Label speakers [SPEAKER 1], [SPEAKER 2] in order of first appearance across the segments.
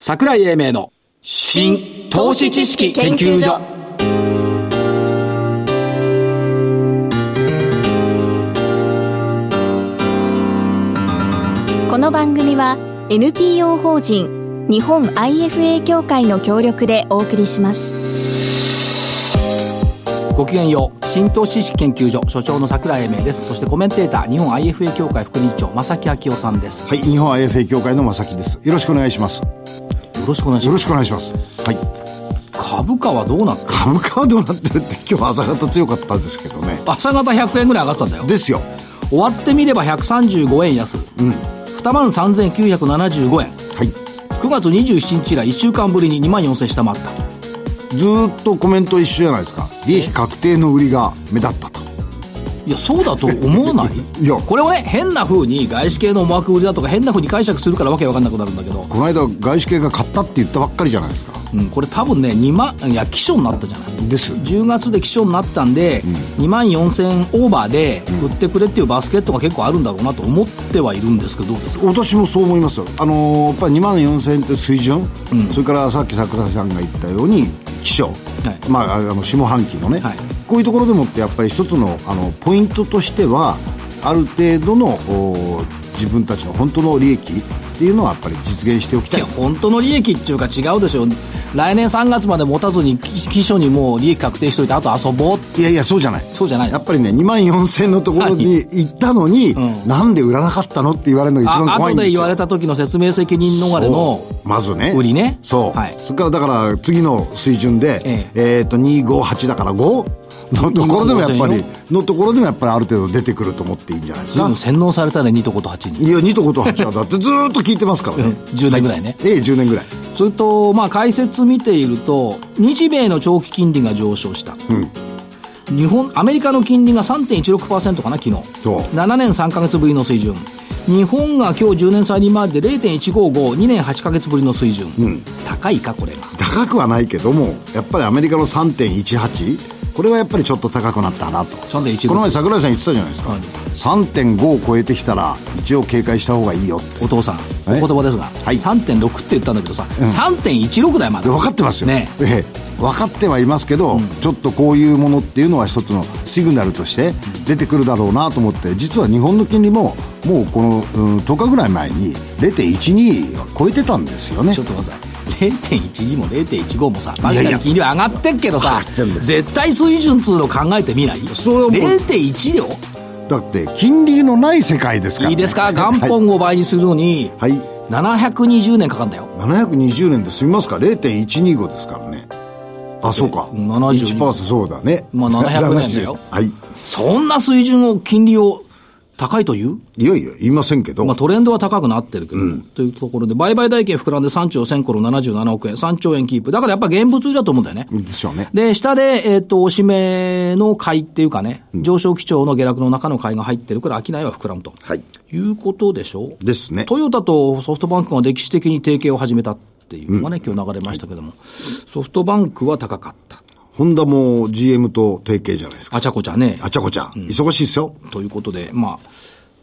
[SPEAKER 1] 桜井英明の新投資知識研究所
[SPEAKER 2] この番組は NPO 法人日本 IFA 協会の協力でお送りします
[SPEAKER 1] ごきげんよう新投資知識研究所所長の桜井英明ですそしてコメンテーター日本 IFA 協会副理事長正木昭夫さんです、
[SPEAKER 3] はい、日本 IFA 協会の正木です。よろしくお願いします。
[SPEAKER 1] よろしくお願いし
[SPEAKER 3] よ
[SPEAKER 1] ま
[SPEAKER 3] ろ
[SPEAKER 1] す
[SPEAKER 3] しくお願いします。はい。
[SPEAKER 1] 株価はどうなった
[SPEAKER 3] 株価はどうなってるって今日朝方強かったんですけどね。
[SPEAKER 1] 朝方100円ぐらい上がってたんだよ
[SPEAKER 3] ですよ。
[SPEAKER 1] 終わってみれば135円安、うん、2万3975円
[SPEAKER 3] はい。
[SPEAKER 1] 9月27日以来1週間ぶりに2万4000円下回った
[SPEAKER 3] ずーっとコメント一緒じゃないですか。利益確定の売りが目立ったと。
[SPEAKER 1] いやそうだと思わない
[SPEAKER 3] いや
[SPEAKER 1] これをね変な風に外資系の思惑売りだとか変な風に解釈するからわけわかんなくなるんだけど、
[SPEAKER 3] この間外資系が買ったって言ったばっかりじゃないですか。
[SPEAKER 1] うん、これ多分ね2万いや起訴になったじゃない
[SPEAKER 3] です。
[SPEAKER 1] 10月で起訴になったんで、2万4000円オーバーで売ってくれっていうバスケットが結構あるんだろうなと思ってはいるんですけどどうですか
[SPEAKER 3] 私もそう思いますよ。あのーやっぱり2万4000円という水準、それからさっき桜井さんが言ったように、気象、
[SPEAKER 1] い
[SPEAKER 3] まあ、あの下半期のね、
[SPEAKER 1] はい
[SPEAKER 3] こういうところでもって、やっぱり一つのあのポイントとしては、ある程度のお自分たちの本当の利益っていうのは、やっぱり実現しておきた
[SPEAKER 1] い
[SPEAKER 3] い
[SPEAKER 1] や、本当の利益っていうか違うでしょ来年3月まで持たずにき秘書にもう利益確定しといてあと遊ぼう
[SPEAKER 3] いやいや、そうじゃない。
[SPEAKER 1] そうじゃない
[SPEAKER 3] やっぱりね、2万4000円のところに行ったのに、
[SPEAKER 1] うん
[SPEAKER 3] なんで売らなかったのって言われるのが一番
[SPEAKER 1] あ
[SPEAKER 3] 怖い
[SPEAKER 1] 後
[SPEAKER 3] ん
[SPEAKER 1] で
[SPEAKER 3] です
[SPEAKER 1] 言
[SPEAKER 3] よ。
[SPEAKER 1] われた時の説明責任逃れの
[SPEAKER 3] そうまずね
[SPEAKER 1] 売りね
[SPEAKER 3] そう、
[SPEAKER 1] はい
[SPEAKER 3] それからだから次の水準で
[SPEAKER 1] え
[SPEAKER 3] えーと258だから5のところでもやっぱりのところでもやっぱりある程度出てくると思っていいんじゃないです
[SPEAKER 1] 随
[SPEAKER 3] か
[SPEAKER 1] 分洗脳されたね2とこと8に
[SPEAKER 3] いや2と5と8はだってずーっと聞いてますからね
[SPEAKER 1] 10年ぐらいね
[SPEAKER 3] ええ10年ぐらい
[SPEAKER 1] それとまあ解説見ていると日米の長期金利が上昇した、日本アメリカの金利が3.16%かな昨日
[SPEAKER 3] そう
[SPEAKER 1] 7年3ヶ月ぶりの水準日本が今日10年債利回りで0.155、2年8ヶ月ぶりの水準、高いか、これが。
[SPEAKER 3] 高くはないけどもやっぱりアメリカの3.18これはやっぱりちょっと高くなったなと
[SPEAKER 1] 3.16
[SPEAKER 3] この前桜井さん言ってたじゃないですか、
[SPEAKER 1] はい
[SPEAKER 3] 3.5を超えてきたら一応警戒した方がいいよって
[SPEAKER 1] お父さん、お
[SPEAKER 3] え
[SPEAKER 1] 言葉ですが、
[SPEAKER 3] い
[SPEAKER 1] 3.6って言ったんだけどさ、3.16だよ、まだ。
[SPEAKER 3] 分かってますよ、
[SPEAKER 1] ね
[SPEAKER 3] ええ分かってはいますけど、ちょっとこういうものっていうのは一つのシグナルとして出てくるだろうなと思って実は日本の金利ももうこの、うん、10日ぐらい前に0.12は超えてたんですよね
[SPEAKER 1] ちょっと待ってください0.12も0.15もさ
[SPEAKER 3] いや
[SPEAKER 1] 確
[SPEAKER 3] い
[SPEAKER 1] か
[SPEAKER 3] や
[SPEAKER 1] に金利は上がってっけどさ
[SPEAKER 3] 上がってんです
[SPEAKER 1] 絶対水準通の考えてみない
[SPEAKER 3] それはもう
[SPEAKER 1] 0.1よ
[SPEAKER 3] だって金利のない世界ですから、
[SPEAKER 1] いいですか元本を倍にするのに
[SPEAKER 3] はい、はい
[SPEAKER 1] 720年かかるんだよ
[SPEAKER 3] 720年で済みますか0.125ですからねあそうか
[SPEAKER 1] 72
[SPEAKER 3] 1%そうだね
[SPEAKER 1] まあ700年だよ
[SPEAKER 3] はい
[SPEAKER 1] そんな水準を金利を高いという
[SPEAKER 3] いやいや言いませんけど、
[SPEAKER 1] まあ、トレンドは高くなってるけど、というところで、売買代金膨らんで3兆1000コロ77億円、3兆円キープ。だからやっぱ現物売りだと思うんだよね。
[SPEAKER 3] でしょうね
[SPEAKER 1] で、下で、えっ、と、おしめの買いっていうかね、上昇基調の下落の中の買いが入ってるから、商いは膨らむと。
[SPEAKER 3] はい
[SPEAKER 1] いうことでしょ
[SPEAKER 3] ですね
[SPEAKER 1] トヨタとソフトバンクが歴史的に提携を始めたっていうのがね、今日流れましたけども、ソフトバンクは高かった。
[SPEAKER 3] ホンダも GM と提携じゃないですか
[SPEAKER 1] あちゃこちゃね。
[SPEAKER 3] あちゃこちゃ、忙しいですよ。
[SPEAKER 1] ということで、ま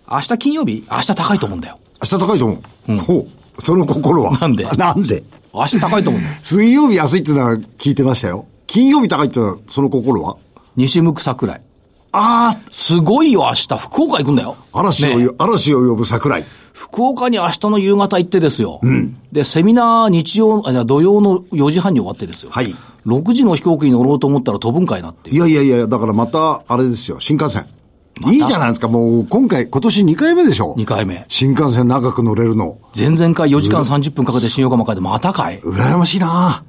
[SPEAKER 1] あ、明日金曜日明日高いと思うんだよ。
[SPEAKER 3] 明日高いと思う。ほう。その心は。
[SPEAKER 1] なんで
[SPEAKER 3] なんで
[SPEAKER 1] 明日高いと思うんだ よ。
[SPEAKER 3] 水曜日安いってのは聞いてましたよ。金曜日高いってのは、その心は
[SPEAKER 1] 西向く桜井。
[SPEAKER 3] あ
[SPEAKER 1] すごいよ、明日。福岡行くんだよ。
[SPEAKER 3] あ嵐を、
[SPEAKER 1] ね
[SPEAKER 3] 嵐を呼ぶ桜井。
[SPEAKER 1] 福岡に明日の夕方行ってですよ。で、セミナー日曜、あいや土曜の4時半に終わってですよ。
[SPEAKER 3] はい
[SPEAKER 1] 6時の飛行機に乗ろうと思ったら飛ぶんかいなっていう。
[SPEAKER 3] いやいやいや、だからまた、あれですよ、新幹線。いいじゃないですか、もう、今回、今年2回目でしょ
[SPEAKER 1] 2回目。
[SPEAKER 3] 新幹線長く乗れるの。
[SPEAKER 1] 前々回4時間30分かけて新横浜帰ってまたかい
[SPEAKER 3] 羨ましいな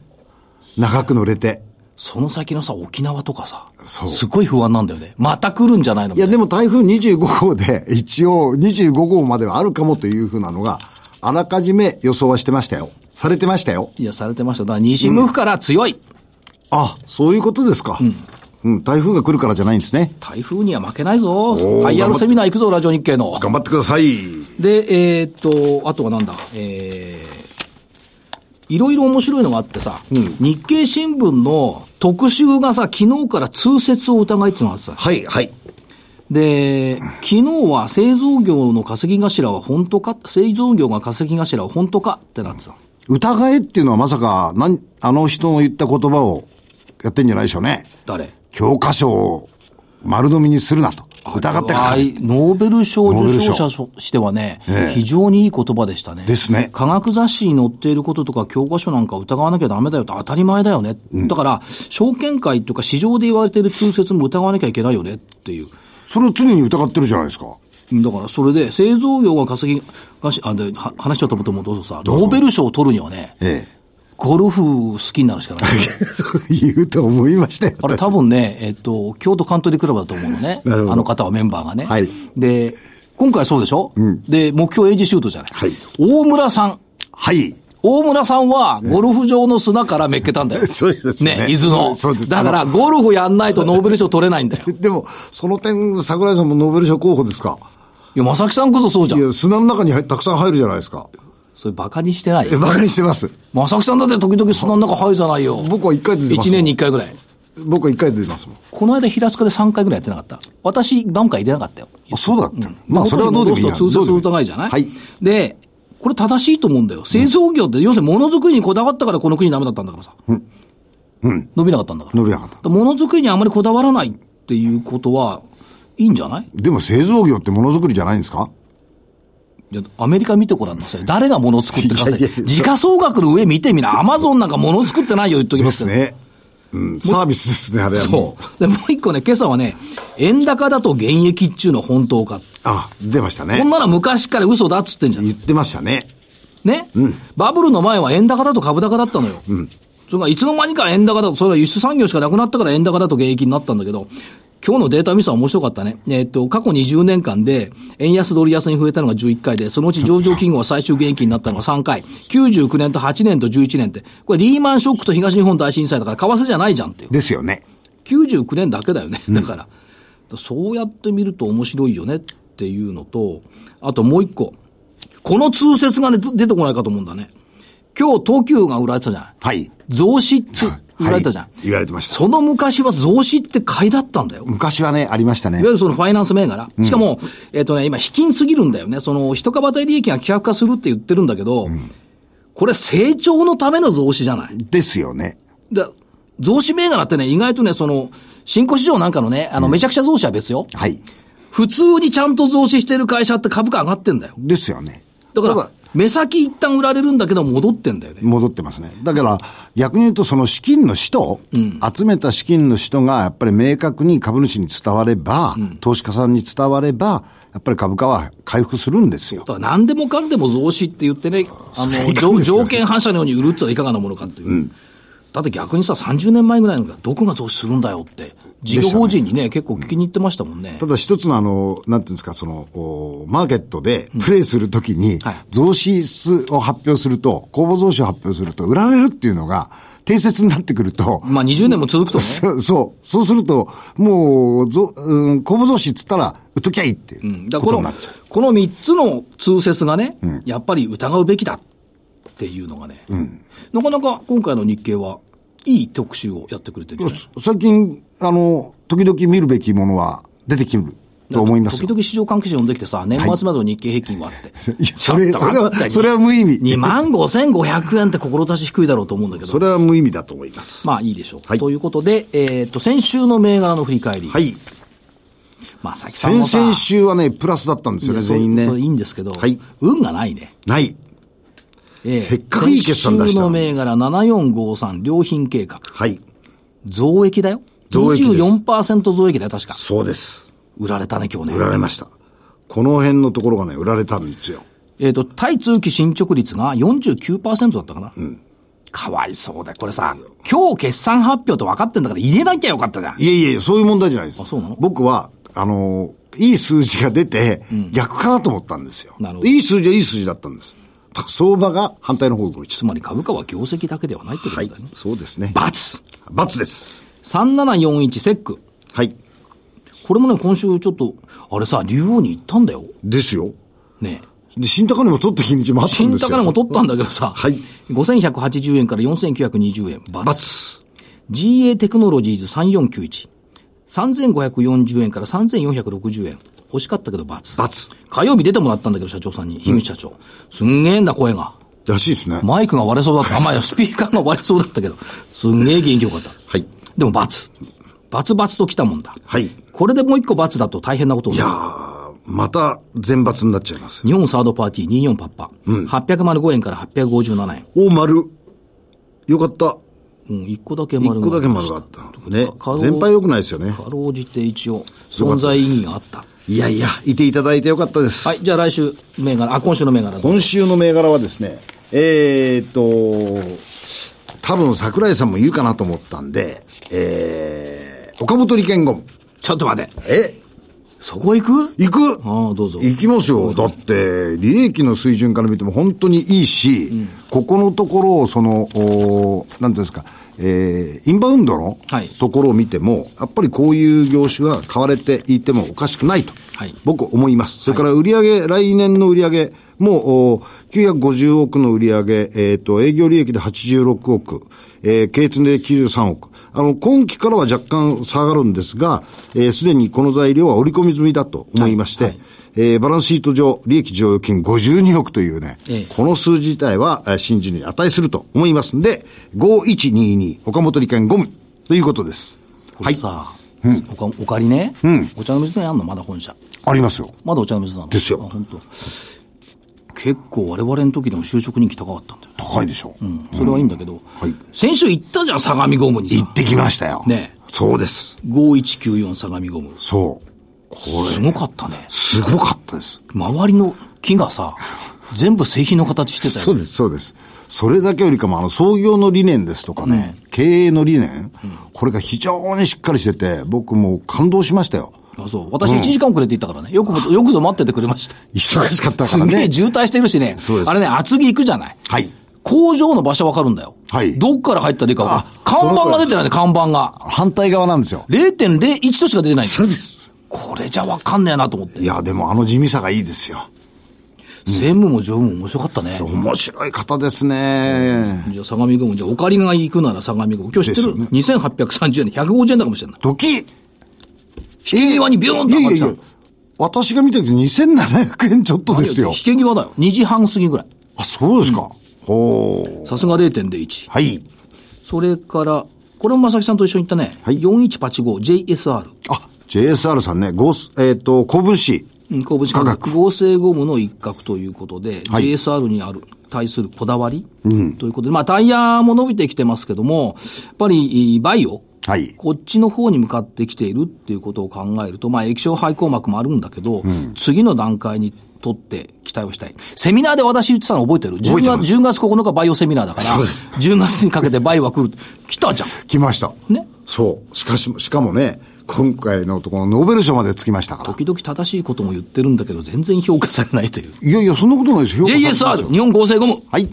[SPEAKER 3] 長く乗れて。
[SPEAKER 1] その先のさ、沖縄とかさ、
[SPEAKER 3] そう
[SPEAKER 1] すっごい不安なんだよね。また来るんじゃないの
[SPEAKER 3] いや、
[SPEAKER 1] も、
[SPEAKER 3] でも台風25号で、 一応25号まではあるかもというふうなのが、あらかじめ予想はしてましたよ。されてましたよ。
[SPEAKER 1] いや、されてました。だから西向くから強い。
[SPEAKER 3] あ、そういうことですか。うん。台風が来るからじゃないんですね。
[SPEAKER 1] 台風には負けないぞ。
[SPEAKER 3] ー
[SPEAKER 1] IR セミナー行くぞ、ラジオ日経の。
[SPEAKER 3] 頑張ってください。
[SPEAKER 1] で、えーっと、あとはなんだ、えー、いろいろ面白いのがあってさ、日経新聞の特集がさ、昨日から通説を疑いっていうのがあってさ、
[SPEAKER 3] はい、はい。
[SPEAKER 1] で、昨日は製造業の稼ぎ頭は本当か、製造業が稼ぎ頭は本当かってなってさ、
[SPEAKER 3] 疑えっていうのはまさか、なん、あの人の言った言葉をやってんじゃないでしょうね。
[SPEAKER 1] 誰
[SPEAKER 3] 教科書を丸呑みにするなと。疑ってかか
[SPEAKER 1] は
[SPEAKER 3] る。
[SPEAKER 1] いノーベル賞受賞者
[SPEAKER 3] ノーベル
[SPEAKER 1] としてはね、
[SPEAKER 3] ええ
[SPEAKER 1] 非常にいい言葉でしたね。
[SPEAKER 3] ですね
[SPEAKER 1] 科学雑誌に載っていることとか教科書なんか疑わなきゃダメだよと当たり前だよね。だから、証券会とか市場で言われている通説も疑わなきゃいけないよねっていう。
[SPEAKER 3] それを常に疑ってるじゃないですか。
[SPEAKER 1] だから、それで、製造業が稼ぎ、がし、あ、で、は話しちゃったこともどうぞさ、ノーベル賞を取るにはね、
[SPEAKER 3] え
[SPEAKER 1] ゴルフ好きになるしかない。
[SPEAKER 3] え。そう 言うと思いましたよ。
[SPEAKER 1] あれ多分ね、えっと、京都カントリークラブだと思うのね。
[SPEAKER 3] なるほど
[SPEAKER 1] あの方はメンバーがね。
[SPEAKER 3] はい
[SPEAKER 1] で、今回そうでしょ、で、目標エイジシュートじゃない。
[SPEAKER 3] はい
[SPEAKER 1] 大村さん。
[SPEAKER 3] はい。
[SPEAKER 1] 大村さんは、ゴルフ場の砂からめっけたんだよ。
[SPEAKER 3] そうですね
[SPEAKER 1] ね、伊豆の。
[SPEAKER 3] そうそうです
[SPEAKER 1] だから、ゴルフやんないとノーベル賞取れないんだよ。
[SPEAKER 3] でも、 その点、桜井さんもノーベル賞候補ですか。
[SPEAKER 1] いや、正木さんこそそうじゃ
[SPEAKER 3] い
[SPEAKER 1] ん。
[SPEAKER 3] や、砂の中に入たくさん入るじゃないですか。
[SPEAKER 1] それバカにしてない
[SPEAKER 3] え、。バカにしてます。
[SPEAKER 1] 正木さんだって時々砂の中入るじゃないよ。
[SPEAKER 3] 僕は一回で出ます。
[SPEAKER 1] 一年に一回ぐらい。
[SPEAKER 3] 僕は一回で出ますもん。
[SPEAKER 1] この間平塚で3回ぐらいやってなかった。私、バンカー入れなかったよ。
[SPEAKER 3] あそうだったの。まあ、それはどうでもいいや。
[SPEAKER 1] 通説
[SPEAKER 3] どうで
[SPEAKER 1] の
[SPEAKER 3] もいい
[SPEAKER 1] 疑いじゃない
[SPEAKER 3] はい。
[SPEAKER 1] で、これ正しいと思うんだよ。製造業って、要するにものづくりにこだわったからこの国ダメだったんだからさ。伸びなかったんだから。
[SPEAKER 3] 伸びなかった
[SPEAKER 1] だらものづくりにあまりこだわらないっていうことは、いいんじゃない
[SPEAKER 3] でも製造業ってものづくりじゃないんですか
[SPEAKER 1] いやアメリカ見てごらんなさい。誰がもの作って稼い
[SPEAKER 3] いやいやいや
[SPEAKER 1] 時価総額の上見てみな。アマゾンなんかもの作ってないよ言っとき
[SPEAKER 3] で
[SPEAKER 1] ます
[SPEAKER 3] す
[SPEAKER 1] けど。
[SPEAKER 3] ね。うん、サービスですね、あれはも。
[SPEAKER 1] そうう。で、もう一個ね、今朝はね、円高だと現役っちゅうの本当か。
[SPEAKER 3] あ、出ました
[SPEAKER 1] こん
[SPEAKER 3] ね。
[SPEAKER 1] なの昔から嘘だっつってんじゃん。
[SPEAKER 3] 言ってましたね。
[SPEAKER 1] ね、バブルの前は円高だと株高だったのよ。それがいつの間にか円高だと、それは輸出産業しかなくなったから円高だと現役になったんだけど、今日のデータミスは面白かったね。えっと、過去20年間で、円安ドル安に増えたのが11回で、そのうち上場企業は最終現役になったのが3回。99年と8年と11年って、これリーマンショックと東日本大震災だから、為替じゃないじゃんっていう。
[SPEAKER 3] ですよね。
[SPEAKER 1] 99年だけだよね。だから、そうやって見ると面白いよねっていうのと、あともう一個。この通説が、ね、出出てこないかと思うんだね。今日、東急が売られてたじゃない。
[SPEAKER 3] はい。
[SPEAKER 1] 増資って売られたじゃん。
[SPEAKER 3] はい言われてました。
[SPEAKER 1] その昔は増資って買いだったんだよ。
[SPEAKER 3] 昔はね、ありましたね
[SPEAKER 1] いわ。ゆるそのファイナンス銘柄。しかも、えっ、とね、今、卑近すぎるんだよね。その、一株当たり利益が希薄化するって言ってるんだけど、これ成長のための増資じゃない。
[SPEAKER 3] ですよね。
[SPEAKER 1] だ増資銘柄ってね、意外とね、その、新興市場なんかのね、あの、めちゃくちゃ増資は別よ。
[SPEAKER 3] はい。
[SPEAKER 1] 普通にちゃんと増資してる会社って株価上がってんだよ。
[SPEAKER 3] ですよね。
[SPEAKER 1] だか
[SPEAKER 3] ただ
[SPEAKER 1] ら、目先一旦売られるんだけど戻ってんだよね。
[SPEAKER 3] 戻ってますね。だから、逆に言うと、その資金の使途、集めた資金の使途が、やっぱり明確に株主に伝われば、投資家さんに伝われば、やっぱり株価は回復するんですよ
[SPEAKER 1] だ。から何でもかんでも増資って言ってね、あ
[SPEAKER 3] それ
[SPEAKER 1] の、
[SPEAKER 3] いかん
[SPEAKER 1] 条
[SPEAKER 3] ですよね
[SPEAKER 1] 条件反射のように売るってのはいかがなものかっていう。だって逆にさ、30年前ぐらいのがどこが増資するんだよって、事業法人にね、結構聞きに行ってましたもんね。
[SPEAKER 3] ただ一つのあの、なんていうんですか、その、おマーケットでプレイするときに
[SPEAKER 1] はい、
[SPEAKER 3] 増資数を発表すると、公募増資を発表すると、売られるっていうのが、定説になってくると、
[SPEAKER 1] まあ20年も続くとね。
[SPEAKER 3] そそう、そうすると、もう、ぞうん、公募増資っつったら、売っときゃいいっていう
[SPEAKER 1] だ
[SPEAKER 3] こ
[SPEAKER 1] からこ
[SPEAKER 3] とにな
[SPEAKER 1] の
[SPEAKER 3] っちゃう。、
[SPEAKER 1] この3つの通説がね、やっぱり疑うべきだっていうのがね、なかなか今回の日経はいい特集をやってくれてるんじゃない
[SPEAKER 3] 最近、あの、時々見るべきものは出てきると思います
[SPEAKER 1] 時
[SPEAKER 3] よ。
[SPEAKER 1] 々市場関係者呼んできてさ、年末までの日経平均はって。
[SPEAKER 3] いやそれそれはそれは無意味
[SPEAKER 1] 2万5500円って志低いだろうと思うんだけ
[SPEAKER 3] そ
[SPEAKER 1] ど。
[SPEAKER 3] れは無意味だと思います。
[SPEAKER 1] まあいいでしょう。
[SPEAKER 3] はい
[SPEAKER 1] ということで、えっ、と、先週の銘柄の振り返り。
[SPEAKER 3] はい。
[SPEAKER 1] まあ、さきさん
[SPEAKER 3] 先
[SPEAKER 1] もさ、
[SPEAKER 3] 々週はね、プラスだったんですよね、
[SPEAKER 1] いやそう
[SPEAKER 3] 全員ね
[SPEAKER 1] そ。れいいんですけど、
[SPEAKER 3] はい
[SPEAKER 1] 運がないね。
[SPEAKER 3] ない。
[SPEAKER 1] ええ
[SPEAKER 3] せっかくいい決算出したのに
[SPEAKER 1] 先週の銘柄7453良品計画。
[SPEAKER 3] はい。
[SPEAKER 1] 増益だよ。
[SPEAKER 3] 増益です
[SPEAKER 1] 24%増益だよ、確か。
[SPEAKER 3] そうです。
[SPEAKER 1] 売られたね、今日ね。
[SPEAKER 3] 売られました。この辺のところがね、売られたんですよ。
[SPEAKER 1] えっ、と、対通期進捗率が49%だったかな。かわいそうだ。これさ、今日決算発表と分かってんだから入れなきゃよかったじゃん。
[SPEAKER 3] いやいやいや、そういう問題じゃないです。
[SPEAKER 1] あそうなの
[SPEAKER 3] 僕は、あの、いい数字が出て、逆かなと思ったんですよ。
[SPEAKER 1] なるほど
[SPEAKER 3] いい数字はいい数字だったんです。だから相場が反対の方向に行っち
[SPEAKER 1] つまり株価は業績だけではないってこと
[SPEAKER 3] ゃ
[SPEAKER 1] だ
[SPEAKER 3] っ
[SPEAKER 1] よ
[SPEAKER 3] た。
[SPEAKER 1] ね
[SPEAKER 3] はい。。そうですね。
[SPEAKER 1] 罰
[SPEAKER 3] ×です。
[SPEAKER 1] !3741 セック。
[SPEAKER 3] はい。
[SPEAKER 1] これもね、今週ちょっと、あれさ、竜王に行ったんだよ。
[SPEAKER 3] ですよ。
[SPEAKER 1] ねえ
[SPEAKER 3] で、新高値も取った日にちもあったん
[SPEAKER 1] 新
[SPEAKER 3] ですよ。
[SPEAKER 1] 高値も取ったんだけどさ、
[SPEAKER 3] はい
[SPEAKER 1] 5180円から4920円。バツ。
[SPEAKER 3] ×。
[SPEAKER 1] GA テクノロジーズ3491。3540円から3460円。欲しかったけど罰。
[SPEAKER 3] ×。
[SPEAKER 1] 火曜日出てもらったんだけど、社長さんに、樋口社長。すんげえんだ、声が。
[SPEAKER 3] らしいですね。
[SPEAKER 1] マイクが割れそう だった。あ、まあ、スピーカーが割れそうだったけど、すんげえ元気よかった。
[SPEAKER 3] はい。
[SPEAKER 1] でも罰。罰罰と来たもんだ。
[SPEAKER 3] はい。い
[SPEAKER 1] これでもう一個罰だと大変なことにな
[SPEAKER 3] や
[SPEAKER 1] る。
[SPEAKER 3] ー、また全抜になっちゃいます。
[SPEAKER 1] 日本サードパーティー24パッパ。805円から857円。
[SPEAKER 3] お、丸。よかった。
[SPEAKER 1] うん、一個だけ丸
[SPEAKER 3] 一
[SPEAKER 1] が。
[SPEAKER 3] 個だけ丸があった。ね
[SPEAKER 1] かろ。う
[SPEAKER 3] 全敗良くないですよね。
[SPEAKER 1] かろうじて一応、存在意義があった。
[SPEAKER 3] いやいや、いていただいてよかったです。
[SPEAKER 1] はい、じゃあ来週、銘柄、あ、今週の銘柄。
[SPEAKER 3] 今週の銘柄はですね、えーっと、多分桜井さんも言うかなと思ったんで、えー、岡本利権ゴム。
[SPEAKER 1] ちょっと待て。
[SPEAKER 3] え
[SPEAKER 1] そこ行く
[SPEAKER 3] 行く
[SPEAKER 1] ああ、どうぞ。
[SPEAKER 3] 行きますよ。だって、利益の水準から見ても本当にいいし、ここのところを、その、おーなんていうんですか、えー、インバウンドの
[SPEAKER 1] はい
[SPEAKER 3] ところを見ても、やっぱりこういう業種が買われていてもおかしくないと、
[SPEAKER 1] はい
[SPEAKER 3] 僕思います。それから売上、来年の売上もおー950億の売上、えっ、と、営業利益で86億、えー、経営で93億。あの、今期からは若干下がるんですが、す、えー、で、にこの材料は織り込み済みだと思いまして、えーバランスシート上、利益剰余金52億というね、
[SPEAKER 1] ええ
[SPEAKER 3] この数字自体は、えー真珠に値すると思いますんで、5122、岡本利権ゴムということです。
[SPEAKER 1] こ
[SPEAKER 3] は
[SPEAKER 1] れ
[SPEAKER 3] い。
[SPEAKER 1] さ、おかお借りね、お茶の水のやんの、まだ本社。
[SPEAKER 3] ありますよ。
[SPEAKER 1] まだお茶の水なの
[SPEAKER 3] ですよ
[SPEAKER 1] あ本当。結構我々の時でも就職に来たかったんだよ。
[SPEAKER 3] 高いでしょ。う
[SPEAKER 1] それはいいんだけど、
[SPEAKER 3] はい
[SPEAKER 1] 先週行ったじゃん、相模ゴムにさ
[SPEAKER 3] 行っ。てきましたよ。
[SPEAKER 1] ねえ
[SPEAKER 3] そうです。
[SPEAKER 1] 5194相模ゴム。
[SPEAKER 3] そう。こ
[SPEAKER 1] すごかったね。
[SPEAKER 3] すごかったです。
[SPEAKER 1] 周りの木がさ、全部製品の形してたよ。
[SPEAKER 3] そうです、そうです。それだけよりかも、あの、創業の理念ですとかね、経営の理念、これが非常にしっかりしてて、僕もう感動しましたよ。
[SPEAKER 1] あそう。私1時間遅れて行ったからね。よく、よくぞ待っててくれました。
[SPEAKER 3] 忙しかったか
[SPEAKER 1] す
[SPEAKER 3] ら
[SPEAKER 1] げえ
[SPEAKER 3] ね。
[SPEAKER 1] 渋滞してるしね。
[SPEAKER 3] そうです
[SPEAKER 1] あれね、厚木行くじゃない。
[SPEAKER 3] はい。
[SPEAKER 1] 工場の場所わかるんだよ。
[SPEAKER 3] はい
[SPEAKER 1] どっから入ったらいいかわかる。看板が出てないね、看板が。
[SPEAKER 3] 反対側なんですよ。
[SPEAKER 1] 0.01としか出てないんだよ
[SPEAKER 3] そうです。
[SPEAKER 1] これじゃわかんねえなと思って
[SPEAKER 3] い。や、でもあの地味さがいいですよ。
[SPEAKER 1] 専務も常務も面白かったね。
[SPEAKER 3] 面白い方ですね。
[SPEAKER 1] じゃあ、相模ゴム、じゃあ、オカリが行くなら相模ゴム。今日知ってる、?2830 円で150円だかもしれない。
[SPEAKER 3] ドキッ
[SPEAKER 1] 引け際にビューン
[SPEAKER 3] い
[SPEAKER 1] と
[SPEAKER 3] やい
[SPEAKER 1] 上が
[SPEAKER 3] や
[SPEAKER 1] って
[SPEAKER 3] い
[SPEAKER 1] きた
[SPEAKER 3] や。私が見たけど2700円ちょっとですよ
[SPEAKER 1] 引。け際だよ。2時半過ぎぐらい。
[SPEAKER 3] あ、そうですか。ほう。
[SPEAKER 1] さすが0.01。
[SPEAKER 3] はい。
[SPEAKER 1] それから、これも正木さんと一緒に行ったね。
[SPEAKER 3] はい
[SPEAKER 1] 4185 JSR。
[SPEAKER 3] あ、JSR さんね、ゴス、えっ、と、古文紙。
[SPEAKER 1] うん、神戸市
[SPEAKER 3] 価
[SPEAKER 1] の
[SPEAKER 3] 格
[SPEAKER 1] 合成ゴムの一角ということで、
[SPEAKER 3] はい
[SPEAKER 1] JSR にある、対するこだわり、ということで、まあタイヤも伸びてきてますけども、やっぱりバイオ、
[SPEAKER 3] はい。
[SPEAKER 1] こっちの方に向かってきているっていうことを考えると、まあ液晶肺硬膜もあるんだけど、次の段階にとって期待をしたい。セミナーで私言ってたの覚えてる ?10
[SPEAKER 3] 覚えてま
[SPEAKER 1] 月、
[SPEAKER 3] す
[SPEAKER 1] 10月9日バイオセミナーだから、
[SPEAKER 3] そうです
[SPEAKER 1] 10月にかけてバイオは来るって。来たじゃん。
[SPEAKER 3] 来ました。
[SPEAKER 1] ね。
[SPEAKER 3] そう。しかし、しかもね、今回のところノーベル賞までつきましたから。
[SPEAKER 1] 時々正しいことも言ってるんだけど、全然評価されないという。
[SPEAKER 3] いやいや、そんなことないですよ。評価されてます
[SPEAKER 1] JSR、
[SPEAKER 3] よ
[SPEAKER 1] 日本合成ゴム。
[SPEAKER 3] はい。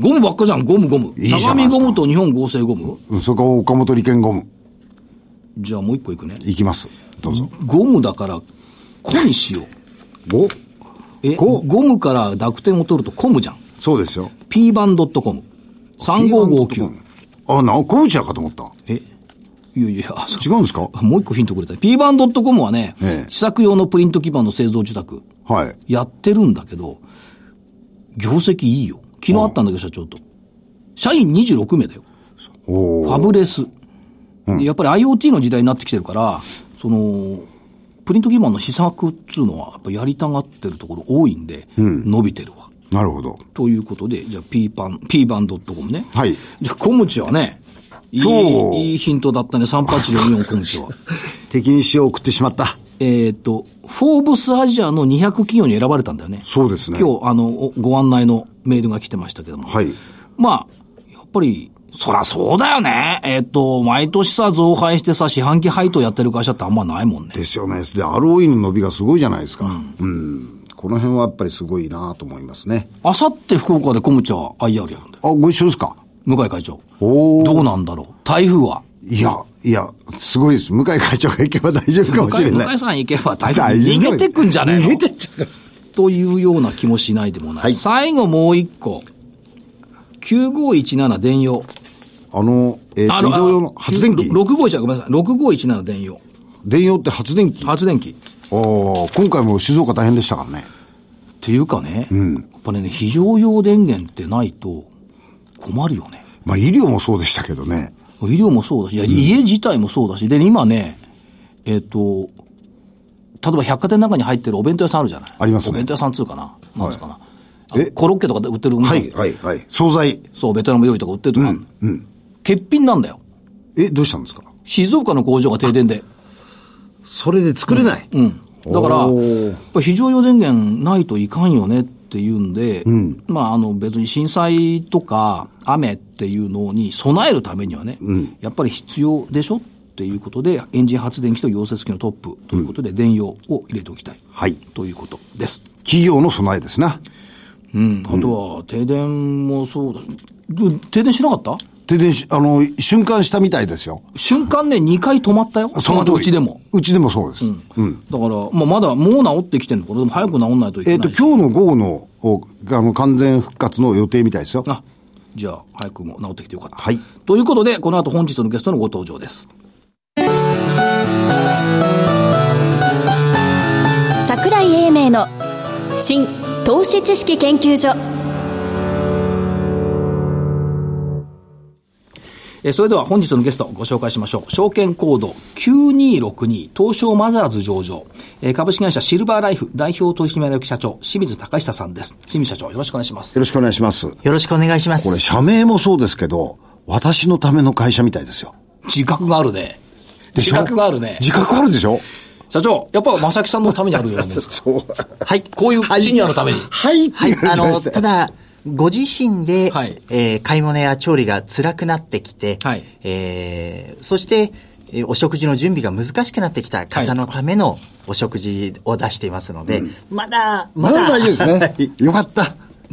[SPEAKER 1] ゴムばっかじゃん、ゴムゴム。
[SPEAKER 3] いいじゃないで
[SPEAKER 1] 相
[SPEAKER 3] すか
[SPEAKER 1] 模ゴムと日本合成ゴム
[SPEAKER 3] それから岡本利権ゴム、
[SPEAKER 1] じゃあもう一個いくね。
[SPEAKER 3] いきます。どうぞ。
[SPEAKER 1] ゴムだから、コにしよう。
[SPEAKER 3] お
[SPEAKER 1] え、
[SPEAKER 3] こ
[SPEAKER 1] ゴムから濁点を取るとコムじゃん。
[SPEAKER 3] そうですよ。
[SPEAKER 1] p 版 .com。3559。。
[SPEAKER 3] あ、な、コムチャかと思った。
[SPEAKER 1] えいやいや、あそう
[SPEAKER 3] 違うんですか
[SPEAKER 1] あもう一個ヒントくれた。p 版 .com はね、
[SPEAKER 3] ええ
[SPEAKER 1] 試作用のプリント基板の製造受託、
[SPEAKER 3] はい。
[SPEAKER 1] やってるんだけど、業績いいよ。昨日あったんだけど、社長と。社員26名だよ。
[SPEAKER 3] お
[SPEAKER 1] フ
[SPEAKER 3] ー
[SPEAKER 1] ァブレス、でやっぱり IoT の時代になってきてるから、その、プリント基板の試作っつうのは、やっぱやりたがってるところ多いんで、伸びてるわ。
[SPEAKER 3] なるほど。
[SPEAKER 1] ということで、じゃあ P パン、P バンドットコムね。
[SPEAKER 3] はい
[SPEAKER 1] じゃあ、コムチはね、い
[SPEAKER 3] 今日
[SPEAKER 1] い、いいヒントだったね、38444コム チは。
[SPEAKER 3] 敵に塩を送ってしまった。
[SPEAKER 1] えっと、フォーブスアジアの200企業に選ばれたんだよね。
[SPEAKER 3] そうですね。
[SPEAKER 1] 今日、あの、おご案内のメールが来てましたけども。
[SPEAKER 3] はい。
[SPEAKER 1] まあ、やっぱり、そらそうだよね。えっ、と、毎年さ、増配してさ、四半期配当やってる会社ってあんまないもんね。
[SPEAKER 3] ですよね。で、ROE の伸びがすごいじゃないですか。うん。この辺はやっぱりすごいなと思いますね。
[SPEAKER 1] あさって福岡でコムチャ IR やるんだよ。
[SPEAKER 3] あ、ご一緒ですか
[SPEAKER 1] 向井会長。
[SPEAKER 3] おー
[SPEAKER 1] どうなんだろう。台風はい
[SPEAKER 3] や、いや、すごいです。向井会長が行けば大丈夫かもし
[SPEAKER 1] 向
[SPEAKER 3] れ
[SPEAKER 1] 井
[SPEAKER 3] な
[SPEAKER 1] 向
[SPEAKER 3] い
[SPEAKER 1] 井。さん行けば台風
[SPEAKER 3] 大丈夫
[SPEAKER 1] 逃げてくんじゃねえ
[SPEAKER 3] 逃
[SPEAKER 1] の
[SPEAKER 3] げてっちゃうか
[SPEAKER 1] というような気もしないでもない。
[SPEAKER 3] はい
[SPEAKER 1] 最後もう一個。9517電用。
[SPEAKER 3] らあの、えー、
[SPEAKER 1] あ
[SPEAKER 3] 電動用の発電機。
[SPEAKER 1] 6517、ごめんなさい。6517電用。
[SPEAKER 3] 電用って発電機。ああ、
[SPEAKER 1] 発電機。
[SPEAKER 3] 今回も静岡大変でしたからね。
[SPEAKER 1] ていうかね、やっぱりね、非常用電源ってないと困るよね。
[SPEAKER 3] まあ、医療もそうでしたけどね。
[SPEAKER 1] 医療もそうだし、いや家自体もそうだし、で、今ね、えっ、と、例えば百貨店の中に入ってるお弁当屋さんあるじゃない
[SPEAKER 3] ありますね
[SPEAKER 1] お弁当屋さんっつうかな。なんつうかな。あ
[SPEAKER 3] え
[SPEAKER 1] コロッケとかで売ってる、
[SPEAKER 3] はい、はい、はい。惣菜。
[SPEAKER 1] そう、ベトナム料理とか売ってるとか、欠品なんだよ。
[SPEAKER 3] え、どうしたんですか
[SPEAKER 1] 静岡の工場が停電で。
[SPEAKER 3] それで作れない。
[SPEAKER 1] うん。だから、や
[SPEAKER 3] お
[SPEAKER 1] っぱ非常用電源ないといかんよねっていうんで、まあ、あの、別に震災とか雨っていうのに備えるためにはね、やっぱり必要でしょっていうことで、エンジン発電機と溶接機のトップということで、電容を入れておきたい。
[SPEAKER 3] はい
[SPEAKER 1] ということです。
[SPEAKER 3] 企業の備えですな。
[SPEAKER 1] うん。あとは、停電もそうだ。で停電しなかった
[SPEAKER 3] 停電し、あの、瞬間したみたいですよ。
[SPEAKER 1] 瞬間ね、2回止まったよ。
[SPEAKER 3] その通り
[SPEAKER 1] うちでも。。
[SPEAKER 3] うちでもそうです。
[SPEAKER 1] だから、まあ、まだ、もう治ってきてんのかなでも早く治んないとい
[SPEAKER 3] え
[SPEAKER 1] け
[SPEAKER 3] っ、
[SPEAKER 1] な
[SPEAKER 3] と、
[SPEAKER 1] いし。
[SPEAKER 3] 今日の午後の、おあの、完全復活の予定みたいですよ。
[SPEAKER 1] あ、じゃあ、早くも治ってきてよかった。
[SPEAKER 3] はい。
[SPEAKER 1] ということで、この後本日のゲストのご登場です。
[SPEAKER 2] 桜井英明の新投資知識研究所
[SPEAKER 1] えーそれでは本日のゲストご紹介しましょう。証券コード9262東証マザーズ上場、えー株式会社シルバーライフ代表取締役社長、清水隆久さんです。清水社長、よろしくお願いします。
[SPEAKER 3] よろしくお願いします。
[SPEAKER 4] よろしくお願いします。
[SPEAKER 3] これ、社名もそうですけど、私のための会社みたいですよ。
[SPEAKER 1] 自覚があるね。
[SPEAKER 3] で
[SPEAKER 1] 自
[SPEAKER 3] しょ
[SPEAKER 1] 覚があるね。
[SPEAKER 3] 自覚あるでしょ
[SPEAKER 1] 社長、やっぱ正木さんのためにあるようなんですか
[SPEAKER 3] そう。
[SPEAKER 4] はい。
[SPEAKER 1] こういうシニアのために。
[SPEAKER 3] はいって
[SPEAKER 4] は
[SPEAKER 3] 言
[SPEAKER 4] い。
[SPEAKER 3] わ
[SPEAKER 4] あ
[SPEAKER 3] れちゃいま
[SPEAKER 4] の、
[SPEAKER 3] したよ
[SPEAKER 4] ただ、ご自身で、
[SPEAKER 1] はい
[SPEAKER 4] えー買い物や調理が辛くなってきて、
[SPEAKER 1] はい
[SPEAKER 4] えーそして、えーお食事の準備が難しくなってきた方のためのお食事を出していますので、まだ、
[SPEAKER 3] まだ大丈夫です
[SPEAKER 4] は
[SPEAKER 3] ね
[SPEAKER 4] い。
[SPEAKER 3] よかった。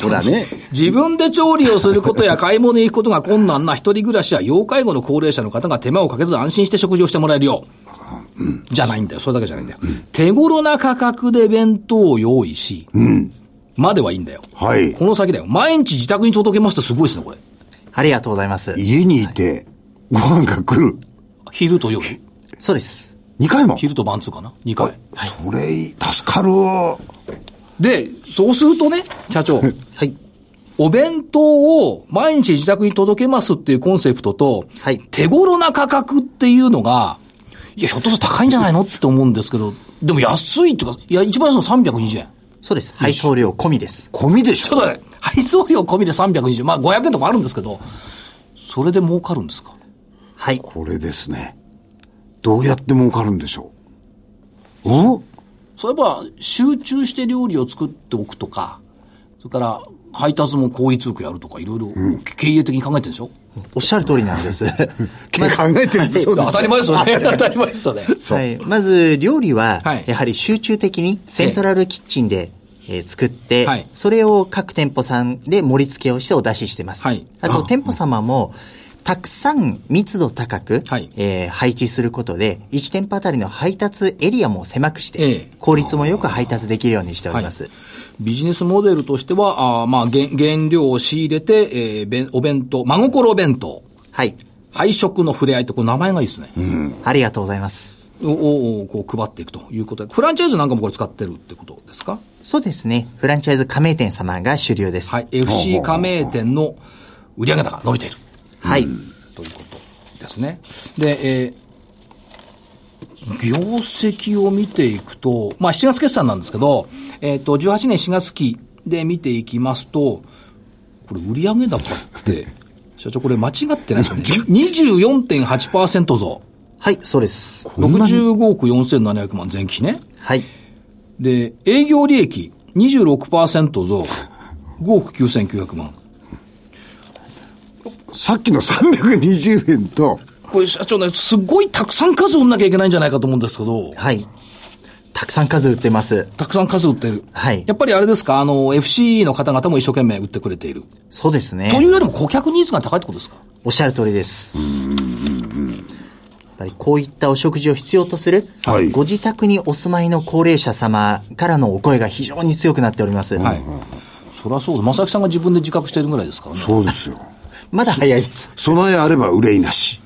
[SPEAKER 3] ほらね。
[SPEAKER 1] 自分で調理をすることや買い物に行くことが困難な一人暮らしや要介護の高齢者の方が手間をかけず安心して食事をしてもらえるよう。じゃないんだよ。それだけじゃないんだよ。手頃な価格で弁当を用意し、まではいいんだよ。
[SPEAKER 3] はい
[SPEAKER 1] この先だよ。毎日自宅に届けますってすごいですね、これ。
[SPEAKER 4] ありがとうございます。
[SPEAKER 3] 家にいて、ご飯が来る。
[SPEAKER 1] 昼と夜。
[SPEAKER 4] そうです。
[SPEAKER 3] 2回も。
[SPEAKER 1] 昼と晩通かな ?2 回。
[SPEAKER 3] それいい、助かる。
[SPEAKER 1] で、そうするとね、社 長。
[SPEAKER 4] はい。
[SPEAKER 1] お弁当を毎日自宅に届けますっていうコンセプトと、
[SPEAKER 4] はい
[SPEAKER 1] 手頃な価格っていうのが、いや、ひょっとすると高いんじゃないのって思うんですけど、でも安いっていうか、いや、一番安いの320円。
[SPEAKER 4] そうです。配送料込みです。
[SPEAKER 3] 込みでし
[SPEAKER 1] ちょっ
[SPEAKER 3] ょ
[SPEAKER 1] とね、配送料込みで320円。まあ、500円とかあるんですけど、それで儲かるんですか
[SPEAKER 4] はい。
[SPEAKER 3] これですね。どうやって儲かるんでしょう。お
[SPEAKER 1] そういえば、集中して料理を作っておくとか、それから、配達も効率よくやるとか、いろいろ経営的に考えてるんでしょ、
[SPEAKER 4] おっしゃる通りなんです。
[SPEAKER 3] 考えてるんでそうで
[SPEAKER 1] 当
[SPEAKER 3] す
[SPEAKER 1] たり前ですよね。 当たり前ですよね。
[SPEAKER 4] はい、まず料理は
[SPEAKER 1] はい、
[SPEAKER 4] やはり集中的にセントラルキッチンで、えー作って、
[SPEAKER 1] はい
[SPEAKER 4] それを各店舗さんで盛り付けをしてお出ししてます。
[SPEAKER 1] はい
[SPEAKER 4] あと店舗様も、たくさん密度高く、
[SPEAKER 1] はい
[SPEAKER 4] えー配置することで、1店舗あたりの配達エリアも狭くして、
[SPEAKER 1] ええ
[SPEAKER 4] 効率もよく配達できるようにしております。
[SPEAKER 1] はいビジネスモデルとしては、あーまあ原、原料を仕入れて、えーべん、お弁当、真心弁当、
[SPEAKER 4] はい。
[SPEAKER 1] 配食の触れ合いって、これ名前がいいですね。
[SPEAKER 4] ありがとうございます。
[SPEAKER 1] をををこう配っていくということで、フランチャイズなんかもこれ使ってるってことですか
[SPEAKER 4] そうですね。フランチャイズ加盟店様が主流です。
[SPEAKER 1] はい。FC 加盟店の売上高が伸びている
[SPEAKER 4] はい
[SPEAKER 1] ということですね。で、えー業績を見ていくと、まあ、7月決算なんですけど、えっ、と、18年4月期で見ていきますと、これ、売上高って、 社長、これ間違ってないですよね。24.8%増。
[SPEAKER 4] はい、そうです。
[SPEAKER 1] 65億4700万前期ね。
[SPEAKER 4] はい。
[SPEAKER 1] で、営業利益26%増。5億9900万。
[SPEAKER 3] さっきの320円と、
[SPEAKER 1] これ社長ね、すごいたくさん数売んなきゃいけないんじゃないかと思うんですけど。
[SPEAKER 4] はい。たくさん数売ってます。
[SPEAKER 1] たくさん数売ってる。
[SPEAKER 4] はい
[SPEAKER 1] やっぱりあれですか、あの、FCE の方々も一生懸命売ってくれている。
[SPEAKER 4] そうですね。
[SPEAKER 1] というよりも顧客ニーズが高いってことですか
[SPEAKER 4] おっしゃる通りです。やっぱりこういったお食事を必要とする、
[SPEAKER 3] はい
[SPEAKER 4] ご自宅にお住まいの高齢者様からのお声が非常に強くなっております。
[SPEAKER 1] はい。そりゃそうです。正木さんが自分で自覚してるぐらいですからね。
[SPEAKER 3] そうですよ。
[SPEAKER 4] まだ早いです。
[SPEAKER 3] 備えあれば憂いなし。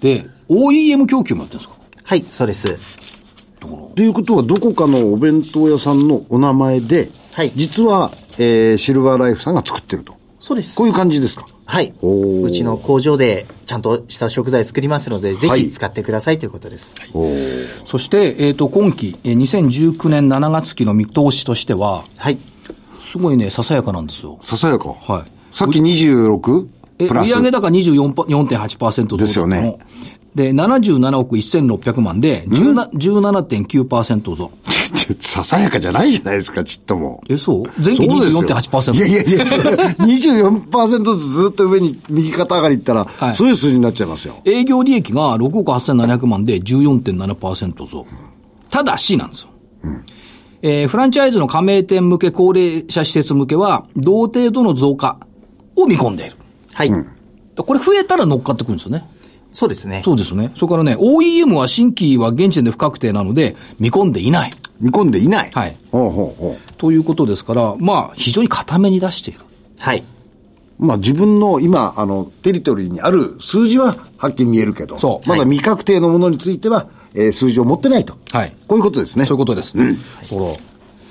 [SPEAKER 1] で、OEM 供給もやってるんですか
[SPEAKER 4] はい、そうです。
[SPEAKER 3] ということは、どこかのお弁当屋さんのお名前で、
[SPEAKER 4] はい
[SPEAKER 3] 実は、えーシルバーライフさんが作ってると。
[SPEAKER 4] そうです
[SPEAKER 3] こういう感じですか。
[SPEAKER 4] はい。
[SPEAKER 3] おー
[SPEAKER 4] うちの工場でちゃんとした食材作りますので、ぜ
[SPEAKER 3] はい
[SPEAKER 4] ひ使ってくださいということです。
[SPEAKER 1] そして、えっ、と、今期、えー2019年7月期の見通しとしては、
[SPEAKER 4] はい。
[SPEAKER 1] すごいね、ささやかなんですよ。
[SPEAKER 3] ささやか。
[SPEAKER 1] はい
[SPEAKER 3] さっき 26?
[SPEAKER 1] え、
[SPEAKER 3] プ
[SPEAKER 1] 売
[SPEAKER 3] ラス。
[SPEAKER 1] 上高24パ4.8%増
[SPEAKER 3] ですよね。
[SPEAKER 1] で、77億1600万で、17 17.9%増。
[SPEAKER 3] ささやかじゃないじゃないですか、ちっとも。
[SPEAKER 1] え、そう前期
[SPEAKER 3] そうです
[SPEAKER 1] 24.8%。
[SPEAKER 3] よいやいやいや、それ24%ずつずっと上に右肩上がりいったら、
[SPEAKER 1] はい
[SPEAKER 3] そういう数字になっちゃいますよ。
[SPEAKER 1] 営業利益が6億8700万で14.7%増。ただしなんですよ。えーフランチャイズの加盟店向け、高齢者施設向けは、同程度の増加を見込んでいる。
[SPEAKER 4] はい。
[SPEAKER 1] これ増えたら乗っかってくるんですよね。
[SPEAKER 4] そうですね。
[SPEAKER 1] そうですね。それからね、OEM は新規は現時点で不確定なので、見込んでいない。
[SPEAKER 3] 見込んでいない。
[SPEAKER 1] はい
[SPEAKER 3] ほうほうほ
[SPEAKER 1] ということですから、まあ、非常に固めに出している。
[SPEAKER 4] はい。
[SPEAKER 3] う。まあ自分の今、あの、テリトリーにある数字ははっきり見えるけど、
[SPEAKER 1] そう
[SPEAKER 3] まだ未確定のものについては、えー数字を持ってないと。
[SPEAKER 1] はい
[SPEAKER 3] こういうことですね。
[SPEAKER 1] そういうことです。ねほ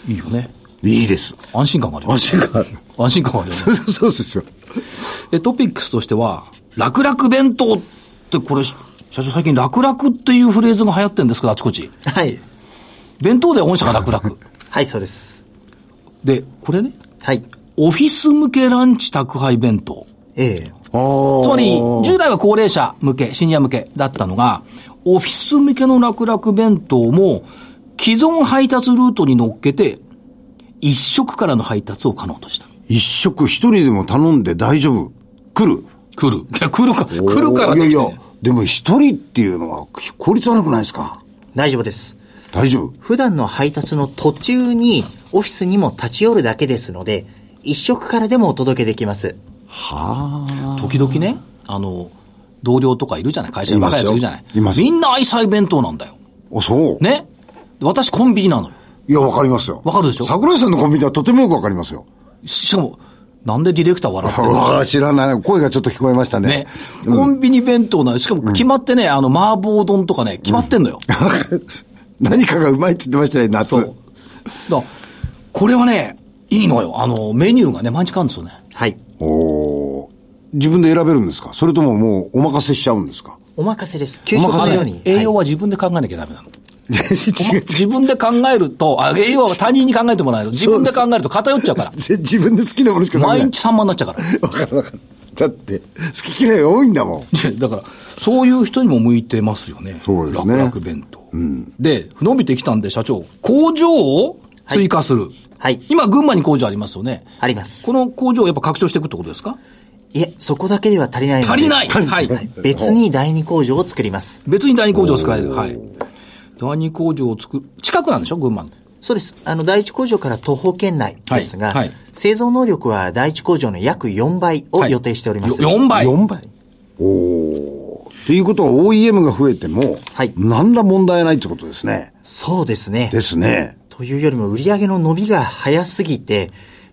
[SPEAKER 1] ら、いいよね。
[SPEAKER 3] いいです。
[SPEAKER 1] 安心感があるよね。
[SPEAKER 3] 安心感ある。
[SPEAKER 1] 安心感があるよね
[SPEAKER 3] そう そうそうですよ。
[SPEAKER 1] で、トピックスとしては、楽々弁当ってこれ、社長最近楽々っていうフレーズが流行ってるんですけど、あちこち。
[SPEAKER 4] はい。
[SPEAKER 1] 弁当では御社が楽 々。
[SPEAKER 4] はい、そうです。
[SPEAKER 1] で、これね、
[SPEAKER 4] はい。
[SPEAKER 1] オフィス向けランチ宅配弁当。
[SPEAKER 4] ええ
[SPEAKER 1] つまり、従来は高齢者向け、シニア向けだったのが、オフィス向けの楽々弁当も、既存配達ルートに乗っけて、一食からの配達を可能とした。
[SPEAKER 3] 一食一人でも頼んで大丈夫。来る。
[SPEAKER 1] 来る。いや、来るか、来るから
[SPEAKER 3] いやい
[SPEAKER 1] ね
[SPEAKER 3] や、でも一人っていうのは効率悪くないですか
[SPEAKER 4] 大丈夫です。
[SPEAKER 3] 大丈夫。
[SPEAKER 4] 普段の配達の途中に、オフィスにも立ち寄るだけですので、一食からでもお届けできます。
[SPEAKER 1] 時々ね、あの、同僚とかいるじゃない会社に
[SPEAKER 3] いま
[SPEAKER 1] 若い
[SPEAKER 3] す
[SPEAKER 1] やつ
[SPEAKER 3] よ
[SPEAKER 1] いるじゃない
[SPEAKER 3] います
[SPEAKER 1] みんな愛妻弁当なんだよ。
[SPEAKER 3] あ、そう。
[SPEAKER 1] ねで私コンビニなのよ。
[SPEAKER 3] いや、わかりますよ。
[SPEAKER 1] わかるでしょ
[SPEAKER 3] 桜井さんのコンビニはとてもよくわかりますよ。
[SPEAKER 1] しかも、なんでディレクター笑ってるの
[SPEAKER 3] わあ知らない。声がちょっと聞こえま したね。
[SPEAKER 1] ね、コンビニ弁当なのしかも決まってね、あの、麻婆丼とかね、決まってんのよ。
[SPEAKER 3] 何かがうまいって言ってましたね、夏。
[SPEAKER 1] そう。だからこれはね、いいのよ。あの、メニューがね、毎日買うんですよね。
[SPEAKER 4] はい。
[SPEAKER 3] おー自分で選べるんですかそれとももうお任せしちゃうんで すか
[SPEAKER 4] お任せです。給
[SPEAKER 3] お
[SPEAKER 4] 食
[SPEAKER 1] あ
[SPEAKER 3] 任せ
[SPEAKER 4] の
[SPEAKER 1] の
[SPEAKER 4] よう
[SPEAKER 1] ね
[SPEAKER 4] に。
[SPEAKER 1] 栄養
[SPEAKER 4] は
[SPEAKER 1] は自分で考えなきゃダメなの。
[SPEAKER 3] 違う違う
[SPEAKER 1] 自分で考えると、あ栄養は他人に考えてもらえる。自分で考えると偏っちゃう から。
[SPEAKER 3] 自分で好きなものしか食べない。
[SPEAKER 1] 毎日散漫になっちゃうから。
[SPEAKER 3] わかるわかる。だって、好き嫌いが多いんだもん。
[SPEAKER 1] いやだから、そういう人にも向いてますよね。
[SPEAKER 3] そうですね
[SPEAKER 1] 楽々弁当。で、伸びてきたんで、社長、工場を追加する。
[SPEAKER 4] はい
[SPEAKER 1] 今、群馬に工場ありますよね。
[SPEAKER 4] あります
[SPEAKER 1] こ。の工場をやっぱ拡張していくってことですか
[SPEAKER 4] いえ、そこだけでは足りないので。
[SPEAKER 1] 足りないはい
[SPEAKER 4] 別に第二工場を作ります。
[SPEAKER 1] 別に第二工場を使える。はい。第二工場を作る。近くなんでしょ群馬の。
[SPEAKER 4] そうです。あの、第一工場から徒歩圏内ですが、
[SPEAKER 1] はいはい
[SPEAKER 4] 製造能力は第一工場の約4倍を予定しております。
[SPEAKER 1] 4倍。
[SPEAKER 3] 4倍。おーということは OEM が増えても、
[SPEAKER 4] はい
[SPEAKER 3] 何ら問題ないってことですね。
[SPEAKER 4] そうですね。
[SPEAKER 3] ですね。
[SPEAKER 4] というよりも売り上げの伸びが早すぎて、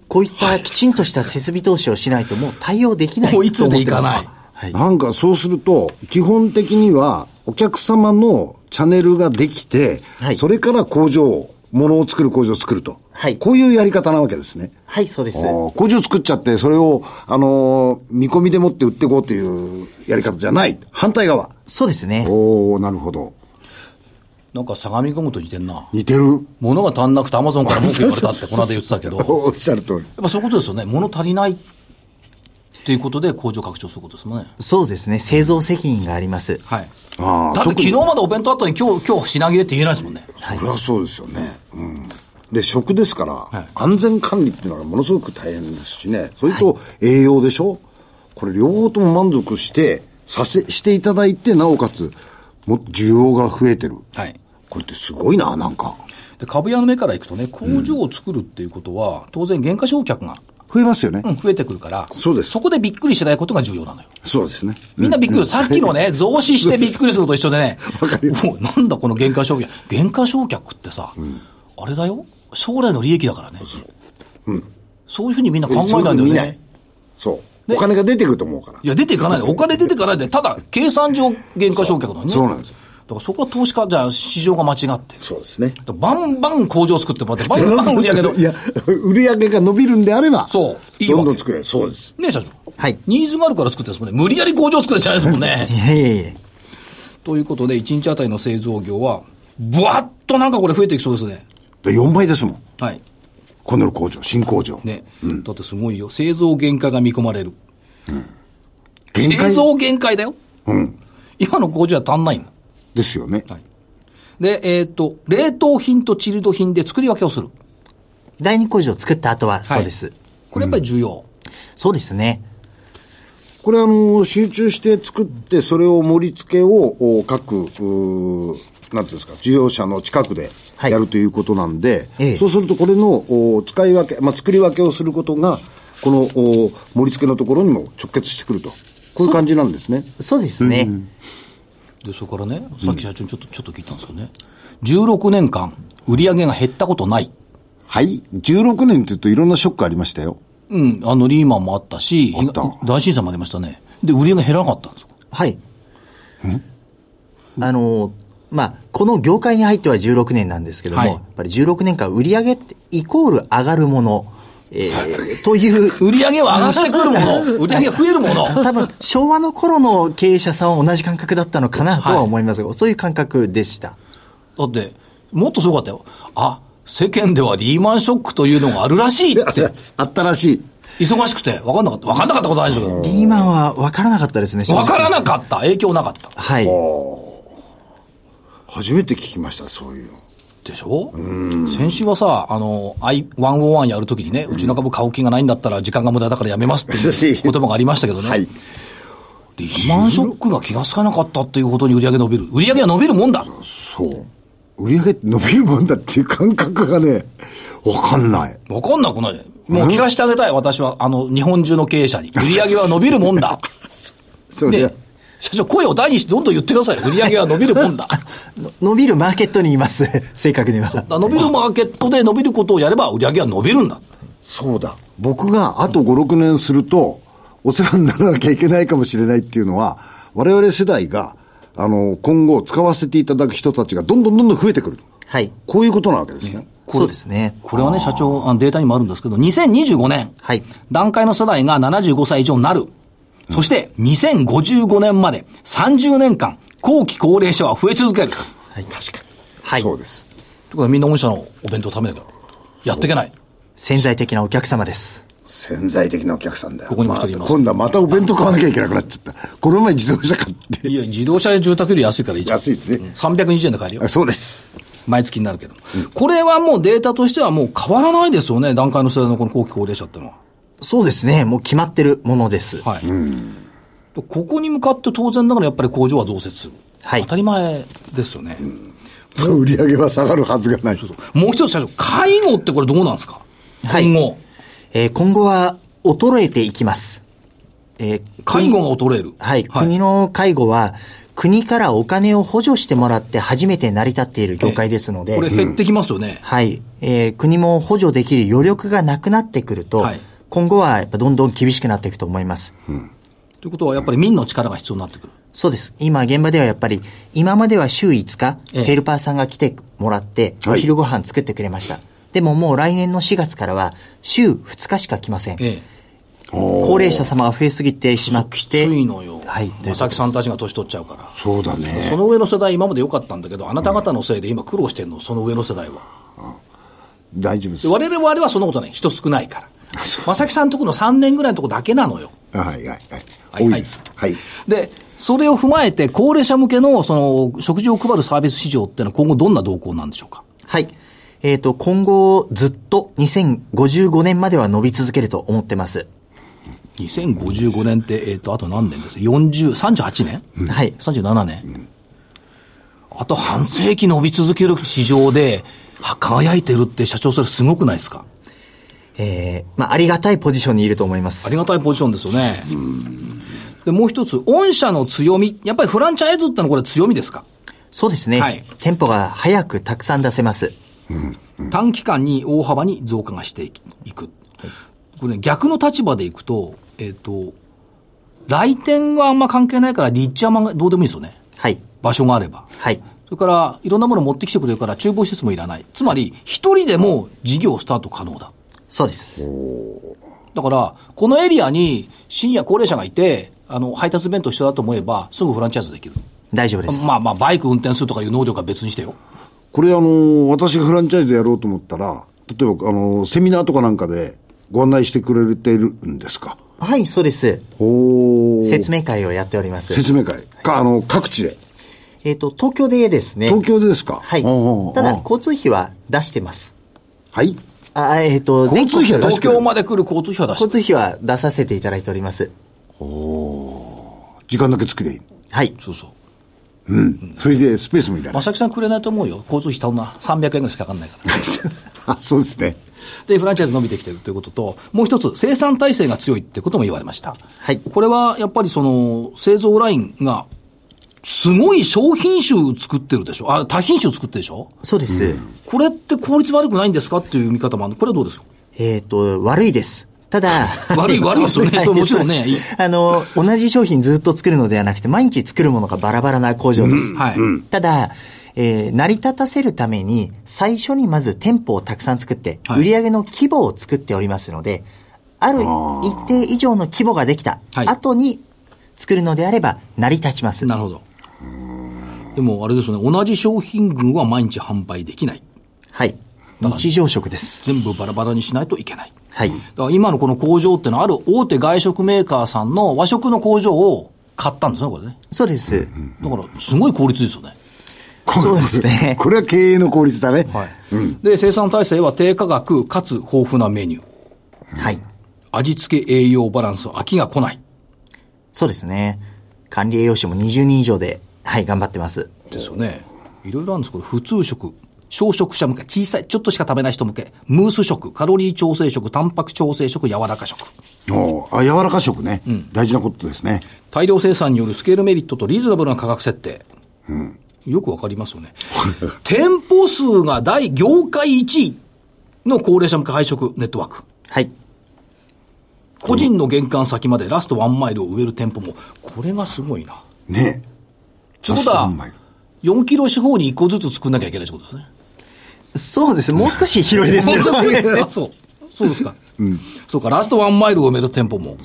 [SPEAKER 4] こういったきちんとした設備投資をしないともう対応できない
[SPEAKER 1] もういつもでいかない
[SPEAKER 4] と思ってますはい。
[SPEAKER 3] なんかそうすると、基本的にはお客様のチャンネルができて、
[SPEAKER 4] はい
[SPEAKER 3] それから工場、物を作る工場を作ると。
[SPEAKER 4] はい
[SPEAKER 3] こういうやり方なわけですね。
[SPEAKER 4] はい、そうで
[SPEAKER 3] あ
[SPEAKER 4] す。
[SPEAKER 3] ー工場作っちゃって、それを、あのー見込みでもって売っていこうというやり方じゃない。反対側。
[SPEAKER 4] そうですね。
[SPEAKER 3] おおなるほど。
[SPEAKER 1] なんか相模湖と似てんな。
[SPEAKER 3] 似てる。
[SPEAKER 1] 物が足んなくてアマゾンから文句言われ たってこの間言ってたけど。やっ
[SPEAKER 3] おっしゃる通り。
[SPEAKER 1] ぱそういうことですよね。物足りないっていうことで工場拡張することですもんね。
[SPEAKER 4] そうですね。製造責任があります。
[SPEAKER 1] はい。
[SPEAKER 3] ああ
[SPEAKER 1] だって昨日までお弁当あったのに今日、今日品切れって言えないですもんね。
[SPEAKER 3] そりゃそうですよね。うん。で、食ですから、
[SPEAKER 1] い
[SPEAKER 3] 安全管理っていうのがものすごく大変ですしね。それと栄養でしょ、これ両方とも満足して、させ、していただいて、なおかつ、もっと需要が増えてる。
[SPEAKER 1] はい。
[SPEAKER 3] これってすごいな、なんか。
[SPEAKER 1] で株屋の目からいくとね、工場を作るっていうことは、当然、原価償却が、
[SPEAKER 3] 増えますよね。
[SPEAKER 1] うん、増えてくるから、
[SPEAKER 3] そうです
[SPEAKER 1] こでびっくりしないことが重要なのよ。
[SPEAKER 3] そうですね。
[SPEAKER 1] みんなびっくり、さっきのね、増資してびっくりするのと一緒でね、
[SPEAKER 3] わかる
[SPEAKER 1] もうなんだこの原価償却。原価償却ってさ、あれだよ、将来の利益だからね。そういうふうにみんな考えないんだよ
[SPEAKER 3] 見
[SPEAKER 1] ね。。
[SPEAKER 3] そう。
[SPEAKER 1] で
[SPEAKER 3] お金が出てくると思うから
[SPEAKER 1] い。や、出ていかないのお金出ていかないで、ただ、計算上、原価償却なのね。
[SPEAKER 3] そうなんですよ。
[SPEAKER 1] からそこは投資家、じゃあ市場が間違ってる。
[SPEAKER 3] そうですね。
[SPEAKER 1] だからバンバン工場作ってもらって、バンバン売り上げの。
[SPEAKER 3] いや、売り上げが伸びるんであれば、
[SPEAKER 1] そういいわけ
[SPEAKER 3] どんどん作れる。そうです。
[SPEAKER 1] ねえ、社長。
[SPEAKER 4] はい
[SPEAKER 1] ニーズがあるから作ってるんですもんね。無理やり工場作るんじゃないですもんね。
[SPEAKER 4] いやいやいや。
[SPEAKER 1] ということで、1日あたりの製造業は、ぶわっとなんかこれ増えていきそうですね。
[SPEAKER 3] で4倍ですもん。
[SPEAKER 1] はい。
[SPEAKER 3] 今度の工場、新工場。
[SPEAKER 1] ね。だってすごいよ。製造限界が見込まれる。
[SPEAKER 3] 限
[SPEAKER 1] 製
[SPEAKER 3] 界
[SPEAKER 1] 造限界だよ。今の工場は足んないの。
[SPEAKER 3] ですよね。
[SPEAKER 1] はいで、えっ、と、冷凍品とチルド品で作り分けをする。
[SPEAKER 4] 第二工場を作った後は、そうです、
[SPEAKER 1] はいこれやっぱり重要。
[SPEAKER 4] そうですね。
[SPEAKER 3] これあの、集中して作って、それを盛り付けをお各、うーなんていうんですか、事業者の近くで
[SPEAKER 4] はい
[SPEAKER 3] やるということなんで、
[SPEAKER 4] ええ
[SPEAKER 3] そうするとこれのお使い分け、まあ、作り分けをすることが、このお盛り付けのところにも直結してくると。こういう感じなんですね。
[SPEAKER 4] そうですね。
[SPEAKER 1] で、それからね、さっき社長にちょっと、ちょっと聞いたんですよね。16年間、売り上げが減ったことない。
[SPEAKER 3] はい。16年って言うといろんなショックありましたよ。
[SPEAKER 1] うん、あの、リーマンもあったし、
[SPEAKER 3] あった
[SPEAKER 1] 東大震災もありましたね。で、売り上げ減らなかったんですよ
[SPEAKER 4] はい。あの、まあ、この業界に入っては16年なんですけども、
[SPEAKER 1] はい
[SPEAKER 4] やっぱり16年間売り上げってイコール上がるもの、えー という、
[SPEAKER 1] 売り上げは上がってくるも の、売り上げは増えるもの。
[SPEAKER 4] 多分昭和の頃の経営者さんは同じ感覚だったのかなとは思いますが、そういう感覚でした。
[SPEAKER 1] だって、もっとすごかったよ。あ、世間ではリーマンショックというのがあるらしいって、
[SPEAKER 3] あったらしい。
[SPEAKER 1] 忙しくて、分かんなかった。分かんなかったことないでしょうけ
[SPEAKER 4] リーマンは分からなかったですね、
[SPEAKER 1] ど。分から
[SPEAKER 4] い。
[SPEAKER 1] なかった。影響なかった。
[SPEAKER 4] はい。
[SPEAKER 3] 初めて聞きました、そういうの。
[SPEAKER 1] でしょ先週はさ、あの、I101 やるときにね、うちの株買う気がないんだったら時間が無駄だからやめますっていう言葉がありましたけどね。
[SPEAKER 3] はい。
[SPEAKER 1] リーマンショックが気がつかなかったっていうことに売り上げ伸びる。売り上げは伸びるもんだ。
[SPEAKER 3] そう。売り上げって伸びるもんだっていう感覚がね、わかんない。
[SPEAKER 1] わかんなくない。もう聞かせてあげたい、私は。あの、日本中の経営者に。売り上げは伸びるもん だ。
[SPEAKER 3] それ
[SPEAKER 1] で、社長、声を大にしてどんどん言ってください。売り上げは伸びるもん だ。
[SPEAKER 4] の伸びるマーケットにいます、 正確には。
[SPEAKER 1] 伸びるマーケットで伸びることをやれば、売り上げは伸びるんだ。
[SPEAKER 3] そうだ。僕があと5、6年すると、お世話にならなきゃいけないかもしれないっていうのは、我々世代が、あの、今後使わせていただく人たちがどんどんどんどん増えてくる。
[SPEAKER 4] はい。
[SPEAKER 3] こういうことなわけですね。
[SPEAKER 4] そうですね。
[SPEAKER 1] これはね、社長、あのデータにもあるんですけど、2025年、
[SPEAKER 4] はい
[SPEAKER 1] 段階の世代が75歳以上になる。そして、2055年まで30年間、後期高齢者は増え続ける。という
[SPEAKER 4] はい、確かに。はい。
[SPEAKER 3] そうです。
[SPEAKER 1] ことはみんな御社のお弁当を食べなきゃ、やっていけない。
[SPEAKER 4] 潜在的なお客様です。
[SPEAKER 3] 潜在的なお客さんだよ。
[SPEAKER 1] ここにも一人います
[SPEAKER 3] また今度はまたお弁当買わなきゃいけなくなっちゃった。この前自動車買って。
[SPEAKER 1] いや、自動車や住宅より安いからいいじゃん。
[SPEAKER 3] 安いですね。
[SPEAKER 1] 320円で買えるよ
[SPEAKER 3] あ。そうです。
[SPEAKER 1] 毎月になるけど、これはもうデータとしてはもう変わらないですよね、段階の世代のこの後期高齢者ってのは。
[SPEAKER 4] そうですね。もう決まってるものです。
[SPEAKER 1] はい。ここに向かって当然ながらやっぱり工場は増設する。
[SPEAKER 4] はい
[SPEAKER 1] 当たり前ですよね。
[SPEAKER 3] 売り上げは下がるはずがない。
[SPEAKER 1] もう一つ社長、介護ってこれどうなんですか
[SPEAKER 4] はい
[SPEAKER 1] 今後。
[SPEAKER 4] えー今後は衰えていきます。えー
[SPEAKER 1] 介護
[SPEAKER 4] 国
[SPEAKER 1] が衰える。
[SPEAKER 4] はい。国の介護は、国からお金を補助してもらって初めて成り立っている業界ですので、
[SPEAKER 1] これ減ってきますよね。
[SPEAKER 4] はい。えー国も補助できる余力がなくなってくると、
[SPEAKER 1] はい
[SPEAKER 4] 今後はやっぱどんどん厳しくなっていくと思います。
[SPEAKER 1] ということはやっぱり民の力が必要になってくる。
[SPEAKER 4] そうです。今、現場ではやっぱり、今までは週5日、
[SPEAKER 1] ええ
[SPEAKER 4] ヘルパーさんが来てもらって、
[SPEAKER 3] は
[SPEAKER 4] お
[SPEAKER 3] い
[SPEAKER 4] 昼ご飯作ってくれました。でももう来年の4月からは、週2日しか来ません。
[SPEAKER 1] ええ。
[SPEAKER 4] 高齢者様が増えすぎてしまって。
[SPEAKER 1] きついのよ。
[SPEAKER 4] はい。ということで
[SPEAKER 1] まさきさんたちが年取っちゃうから。
[SPEAKER 3] そうだ
[SPEAKER 1] そ
[SPEAKER 3] ね。
[SPEAKER 1] の上の世代今まで良かったんだけど、あなた方のせいで今苦労してんの、その上の世代は。
[SPEAKER 3] 大丈夫で。
[SPEAKER 1] です
[SPEAKER 3] は
[SPEAKER 1] 我々はそんなことない。人少ないから。正木さんとこの3年ぐらいのとこだけなのよ。
[SPEAKER 3] いはいはい。
[SPEAKER 1] はい
[SPEAKER 3] 多いです。はい。
[SPEAKER 1] で、それを踏まえて、高齢者向けの、その、食事を配るサービス市場ってのは今後どんな動向なんでしょうか
[SPEAKER 4] はい。えっ、と、今後、ずっと2055年までは伸び続けると思ってます。
[SPEAKER 1] ?2055 年って、えっ、と、あと何年です ?40、38年、
[SPEAKER 4] はい。
[SPEAKER 1] ?37 年、あと半世紀伸び続ける市場で、は輝いてるって社長それすごくないですか
[SPEAKER 4] えー、まあ、ありがたいポジションにいると思います。
[SPEAKER 1] ありがたいポジションですよね。で、もう一つ、御社の強み。やっぱりフランチャイズってのはこれ強みですか
[SPEAKER 4] そうですね。
[SPEAKER 1] はい
[SPEAKER 4] 店舗が早くたくさん出せます。
[SPEAKER 1] 短期間に大幅に増加がしていきいく。これ、ね、逆の立場でいくと、えっ、と、来店はあんま関係ないから、立地はあんまどうでもいいですよね。
[SPEAKER 4] はい。
[SPEAKER 1] 場所があれば。
[SPEAKER 4] はい。
[SPEAKER 1] それから、いろんなもの持ってきてくれるから、厨房施設もいらない。つまり、一人でも事業スタート可能だ。
[SPEAKER 4] そうです。
[SPEAKER 1] だから、このエリアに深夜高齢者がいて、あの、配達弁当一緒だと思えば、すぐフランチャイズできる。
[SPEAKER 4] 大丈夫です。
[SPEAKER 1] まあまあ、バイク運転するとかいう能力は別にしてよ。
[SPEAKER 3] これあの、私がフランチャイズやろうと思ったら、例えばあの、セミナーとかなんかでご案内してくれているんですか
[SPEAKER 4] はい、そうです。
[SPEAKER 3] おー
[SPEAKER 4] 説明会をやっております。
[SPEAKER 3] 説明会。か、あの、各地で。
[SPEAKER 4] えっ、と、東京でですね。
[SPEAKER 3] 東京でですか
[SPEAKER 4] はい
[SPEAKER 3] おうおうおう。
[SPEAKER 4] ただ、交通費は出してます。
[SPEAKER 3] はい。
[SPEAKER 4] あ、えっ、と、
[SPEAKER 3] 交通費は
[SPEAKER 4] 全国
[SPEAKER 1] 東
[SPEAKER 3] 出してる
[SPEAKER 1] 京まで来る交通費は出し
[SPEAKER 4] 交
[SPEAKER 1] て。
[SPEAKER 4] 通費は出させていただいております。
[SPEAKER 3] 時間だけ作りゃいい。
[SPEAKER 4] はい。
[SPEAKER 1] そうそう。
[SPEAKER 3] それでスペースもいらない。
[SPEAKER 1] 正木さんくれないと思うよ。交通費頼んな。300円ぐらいしかかかんないから。
[SPEAKER 3] あ、そうですね。
[SPEAKER 1] で、フランチャイズ伸びてきてるということと、もう一つ、生産体制が強いってことも言われました。
[SPEAKER 4] はい
[SPEAKER 1] これは、やっぱりその、製造ラインが、すごい商品種作ってるでしょあ、多品種作ってるでしょ
[SPEAKER 4] そうです。
[SPEAKER 1] これって効率悪くないんですかっていう見方もあるこれはどうですか、
[SPEAKER 4] えっ、と、悪いです。ただ
[SPEAKER 1] 悪い 悪いですよね
[SPEAKER 4] は
[SPEAKER 1] そうもちろんね
[SPEAKER 4] そうですあの、同じ商品ずっと作るのではなくて、毎日作るものがバラバラな工場です。
[SPEAKER 1] はい。
[SPEAKER 4] ただ、えー成り立たせるために、最初にまず店舗をたくさん作って、
[SPEAKER 1] はい
[SPEAKER 4] 売上の規模を作っておりますので、ある一定以上の規模ができた
[SPEAKER 1] はい
[SPEAKER 4] 後に作るのであれば、成り立ちます。
[SPEAKER 1] なるほど。でも、あれですよね。同じ商品群は毎日販売できない。
[SPEAKER 4] はい。日常食です。
[SPEAKER 1] 全部バラバラにしないといけない。
[SPEAKER 4] はい。
[SPEAKER 1] だから今のこの工場ってのはある大手外食メーカーさんの和食の工場を買ったんですね、これね。
[SPEAKER 4] そうです。
[SPEAKER 1] だから、すごい効率ですよね。
[SPEAKER 4] そうです ね
[SPEAKER 3] これは経営の効率だね。
[SPEAKER 1] で、生産体制は低価格かつ豊富なメニュー。
[SPEAKER 4] はい。
[SPEAKER 1] 味付け栄養バランス、飽きが来ない。
[SPEAKER 4] そうですね。管理栄養士も20人以上で、はい、頑張ってます。
[SPEAKER 1] ですよね。いろいろあるんです。これ、普通食、小食者向け、小さい、ちょっとしか食べない人向け、ムース食、カロリー調整食、タンパク調整食、柔らか食。
[SPEAKER 3] おうあ、柔らか食ね。大事なことですね。
[SPEAKER 1] 大量生産によるスケールメリットとリーズナブルな価格設定。よくわかりますよね。店舗数が大業界1位の高齢者向け配食ネットワーク。
[SPEAKER 4] はい。
[SPEAKER 1] 個人の玄関先までラストワンマイルを植える店舗も、これがすごいな。
[SPEAKER 3] ね
[SPEAKER 1] ということは
[SPEAKER 3] ラストワンマイル、
[SPEAKER 1] 4キロ四方に1個ずつ作んなきゃいけないってことですね。
[SPEAKER 4] そうです。もう少し 広いですけど
[SPEAKER 1] あそう。そうですか。そうか、ラストワンマイルを埋める店舗も。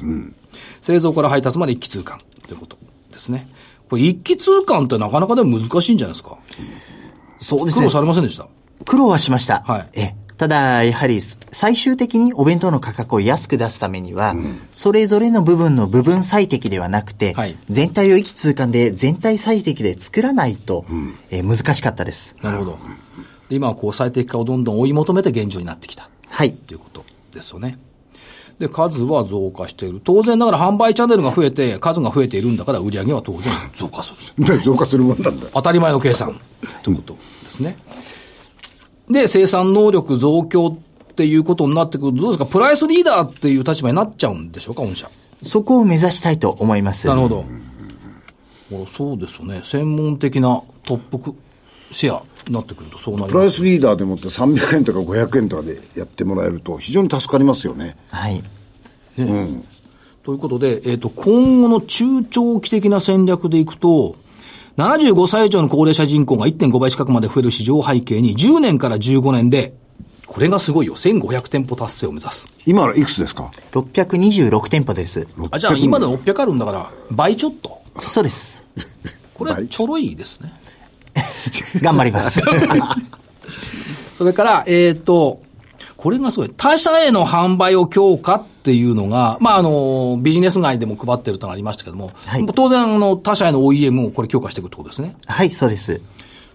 [SPEAKER 1] 製造から配達まで一気通貫ということですね。これ一気通貫ってなかなかでも難しいんじゃないですか。
[SPEAKER 4] そうです
[SPEAKER 1] 苦
[SPEAKER 4] ね
[SPEAKER 1] 労。されませんでした。
[SPEAKER 4] 苦労はしました。
[SPEAKER 1] はい
[SPEAKER 4] えただ、やはり、最終的にお弁当の価格を安く出すためには、それぞれの部分の部分最適ではなくて、
[SPEAKER 1] はい
[SPEAKER 4] 全体を一気通貫で、全体最適で作らないと、えー難しかったです。
[SPEAKER 1] なるほど。で今はこう最適化をどんどん追い求めて現状になってきた。
[SPEAKER 4] はい。
[SPEAKER 1] ということですよね。で、数は増加している。当然ながら販売チャンネルが増えて、数が増えているんだから売り上げは当然増加する。
[SPEAKER 3] え。増加するもんなんだ。
[SPEAKER 1] 当たり前の計算ということですね。で、生産能力増強っていうことになってくると、どうですか、プライスリーダーっていう立場になっちゃうんでしょうか、御社。
[SPEAKER 4] そこを目指したいと思います。
[SPEAKER 1] なるほど。おそうですよね。専門的なトップクシェアになってくるとそうなり
[SPEAKER 3] プラ
[SPEAKER 1] ま
[SPEAKER 3] イ
[SPEAKER 1] す。
[SPEAKER 3] スリーダーでもって300円とか500円とかでやってもらえると非常に助かりますよね。
[SPEAKER 4] はい。
[SPEAKER 1] ということで、えっ、と、今後の中長期的な戦略でいくと、75歳以上の高齢者人口が1.5倍近くまで増える市場を背景に、10年から15年で、これがすごいよ。1500店舗達成を目指す。
[SPEAKER 3] 今はいくつですか
[SPEAKER 4] 626店舗です。
[SPEAKER 1] あ じゃあ今で600あるんだから倍ちょっと
[SPEAKER 4] そうです。
[SPEAKER 1] これは
[SPEAKER 3] 倍
[SPEAKER 1] ちょろいですね
[SPEAKER 4] 頑張り ます。
[SPEAKER 1] それからえっ、とこれがすごい他社への販売を強化っていうのが、まあ、あの、ビジネス街でも配ってるとのありましたけども、
[SPEAKER 4] い
[SPEAKER 1] 当然、あの、他社への OEM をこれ強化していくってことですね。
[SPEAKER 4] はい、そうです。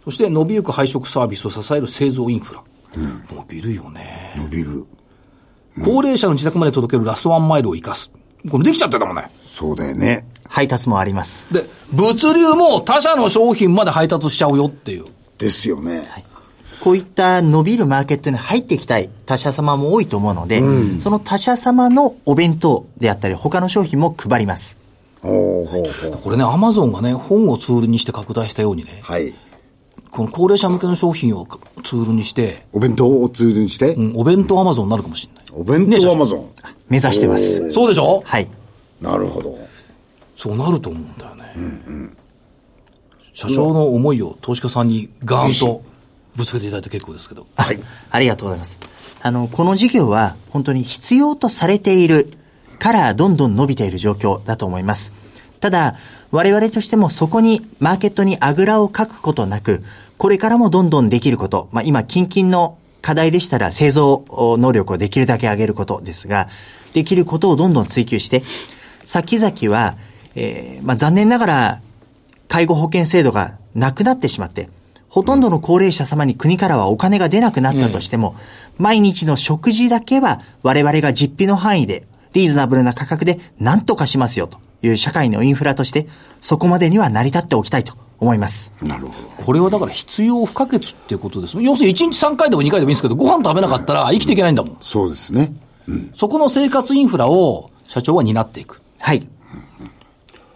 [SPEAKER 1] そして、伸びゆく配食サービスを支える製造インフラ。伸びるよね。
[SPEAKER 3] 伸びる。
[SPEAKER 1] 高齢者の自宅まで届けるラストワンマイルを生かす。これできちゃってたもんね。
[SPEAKER 3] そうだよね。
[SPEAKER 4] 配達もあります。
[SPEAKER 1] で、物流も他社の商品まで配達しちゃうよっていう。
[SPEAKER 3] ですよね。
[SPEAKER 4] こういった伸びるマーケットに入っていきたい他社様も多いと思うので、その他社様のお弁当であったり、他の商品も配ります。
[SPEAKER 3] ほうほうほう。
[SPEAKER 1] これね、アマゾンがね、本をツールにして拡大したようにね、
[SPEAKER 3] はい。
[SPEAKER 1] この高齢者向けの商品をツールにして、
[SPEAKER 3] お弁当をツールにして、
[SPEAKER 1] うんお弁当アマゾンになるかもしれない。
[SPEAKER 3] お弁
[SPEAKER 1] ね
[SPEAKER 3] 当アマゾン。
[SPEAKER 4] 目指してます。
[SPEAKER 1] そうでしょ
[SPEAKER 4] はい。
[SPEAKER 3] なるほど。
[SPEAKER 1] そうなると思うんだよね。社長の思いを投資家さんにガーンとぶつけていただいて結構ですけど。
[SPEAKER 4] はい。ありがとうございます。あの、この事業は本当に必要とされているからどんどん伸びている状況だと思います。ただ、我々としてもそこにマーケットにあぐらをかくことなく、これからもどんどんできること、まあ今、近々の課題でしたら製造能力をできるだけ上げることですが、できることをどんどん追求して、先々は、えーまあ残念ながら介護保険制度がなくなってしまって、ほとんどの高齢者様に国からはお金が出なくなったとしても、毎日の食事だけは我々が実費の範囲で、リーズナブルな価格で何とかしますよという社会のインフラとして、そこまでには成り立っておきたいと思います。
[SPEAKER 3] なるほど。
[SPEAKER 1] これはだから必要不可欠っていうことですね。要するに1日3回でも2回でもいいんですけど、ご飯食べなかったら生きていけないんだもん。
[SPEAKER 3] そうですね。
[SPEAKER 1] そこの生活インフラを社長は担っていく。
[SPEAKER 4] はい。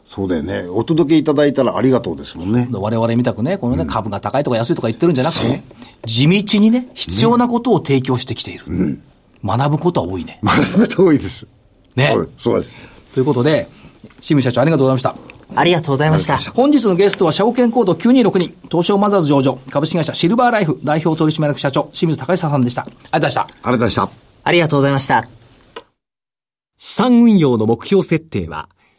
[SPEAKER 3] そうだよね。お届けいただいたらありがとうですもんね。
[SPEAKER 1] 我々みたくね、このね、株が高いとか安いとか言ってるんじゃなくてね、地道にね、必要なことを提供してきている。学ぶことは多いね。
[SPEAKER 3] まだ遠いです。
[SPEAKER 1] ね
[SPEAKER 3] そうそうです。
[SPEAKER 1] ということで、清水社長ありがとうございました。
[SPEAKER 4] ありがとうございました。
[SPEAKER 1] 本日のゲストは、社保険コード9262、東証マザーズ上場、株式会社シルバーライフ代表取締役社長、清水隆久さんでした。ありがとうございました。
[SPEAKER 3] ありがとうございました。
[SPEAKER 4] ありがとうございました。
[SPEAKER 5] 資産運用の目標設定は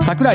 [SPEAKER 1] 桜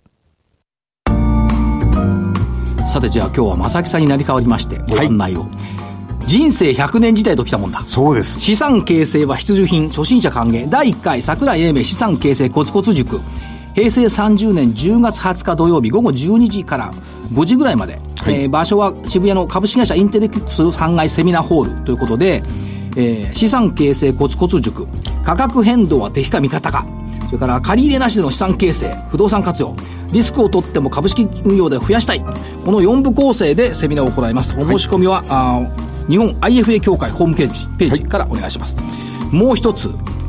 [SPEAKER 1] さてじゃあ今日は正木さんになり代わりましてご案内を、人生100年時代ときたもんだ
[SPEAKER 3] そうです。
[SPEAKER 1] 資産形成は必需品初心者歓迎第1回桜井英明資産形成コツコツ塾平成30年10月20日土曜日午後12時から5時ぐらいまで、えー場所は渋谷の株式会社インテレキックス3階セミナーホールということで、えー資産形成コツコツ塾価格変動は敵か味方かそれから借り入れなしでの資産形成不動産活用リスクを取っても株式運用で増やしたいこの4部構成でセミナーを行いますお申し込みは、あー日本 IFA 協会ホームページページからお願いします、もう一つ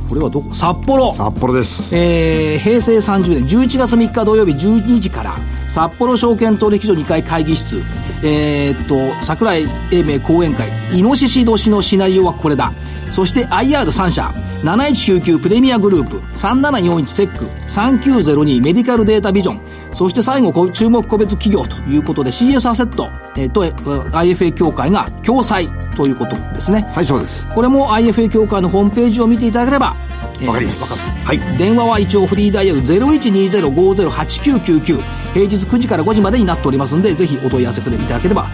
[SPEAKER 1] これはどこ札幌
[SPEAKER 3] 札幌です。
[SPEAKER 1] えー平成30年11月3日土曜日12時から札幌証券取引所2階会議室えーっと桜井英明講演会イノシシ年のシナリオはこれだそして IR3 社7199プレミアグループ3741セック3902メディカルデータビジョンそして最後こ注目個別企業ということで CS アセット、えーとえー IFA 協会が共催ということですね
[SPEAKER 3] はい、そうです。
[SPEAKER 1] これも IFA 協会のホームページを見ていただければえー
[SPEAKER 3] わかります。
[SPEAKER 1] わか
[SPEAKER 3] はい。
[SPEAKER 1] る電話は一応フリーダイヤル0120-508999平日9時から5時までになっておりますんでぜひお問い合わせくれいただければ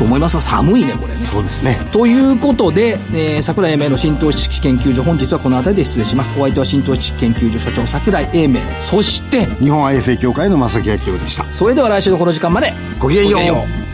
[SPEAKER 1] と思いますが寒いねこれね
[SPEAKER 3] そうですね。
[SPEAKER 1] ということで、えー、桜井英明の浸透知識研究所本日はこの辺りで失礼しますお相手は浸透知識研究所所長桜井英明そして
[SPEAKER 3] 日本 IFA 協会の正木明夫でした。
[SPEAKER 1] それでは来週のこの時間まで
[SPEAKER 3] ごきげんよう
[SPEAKER 1] う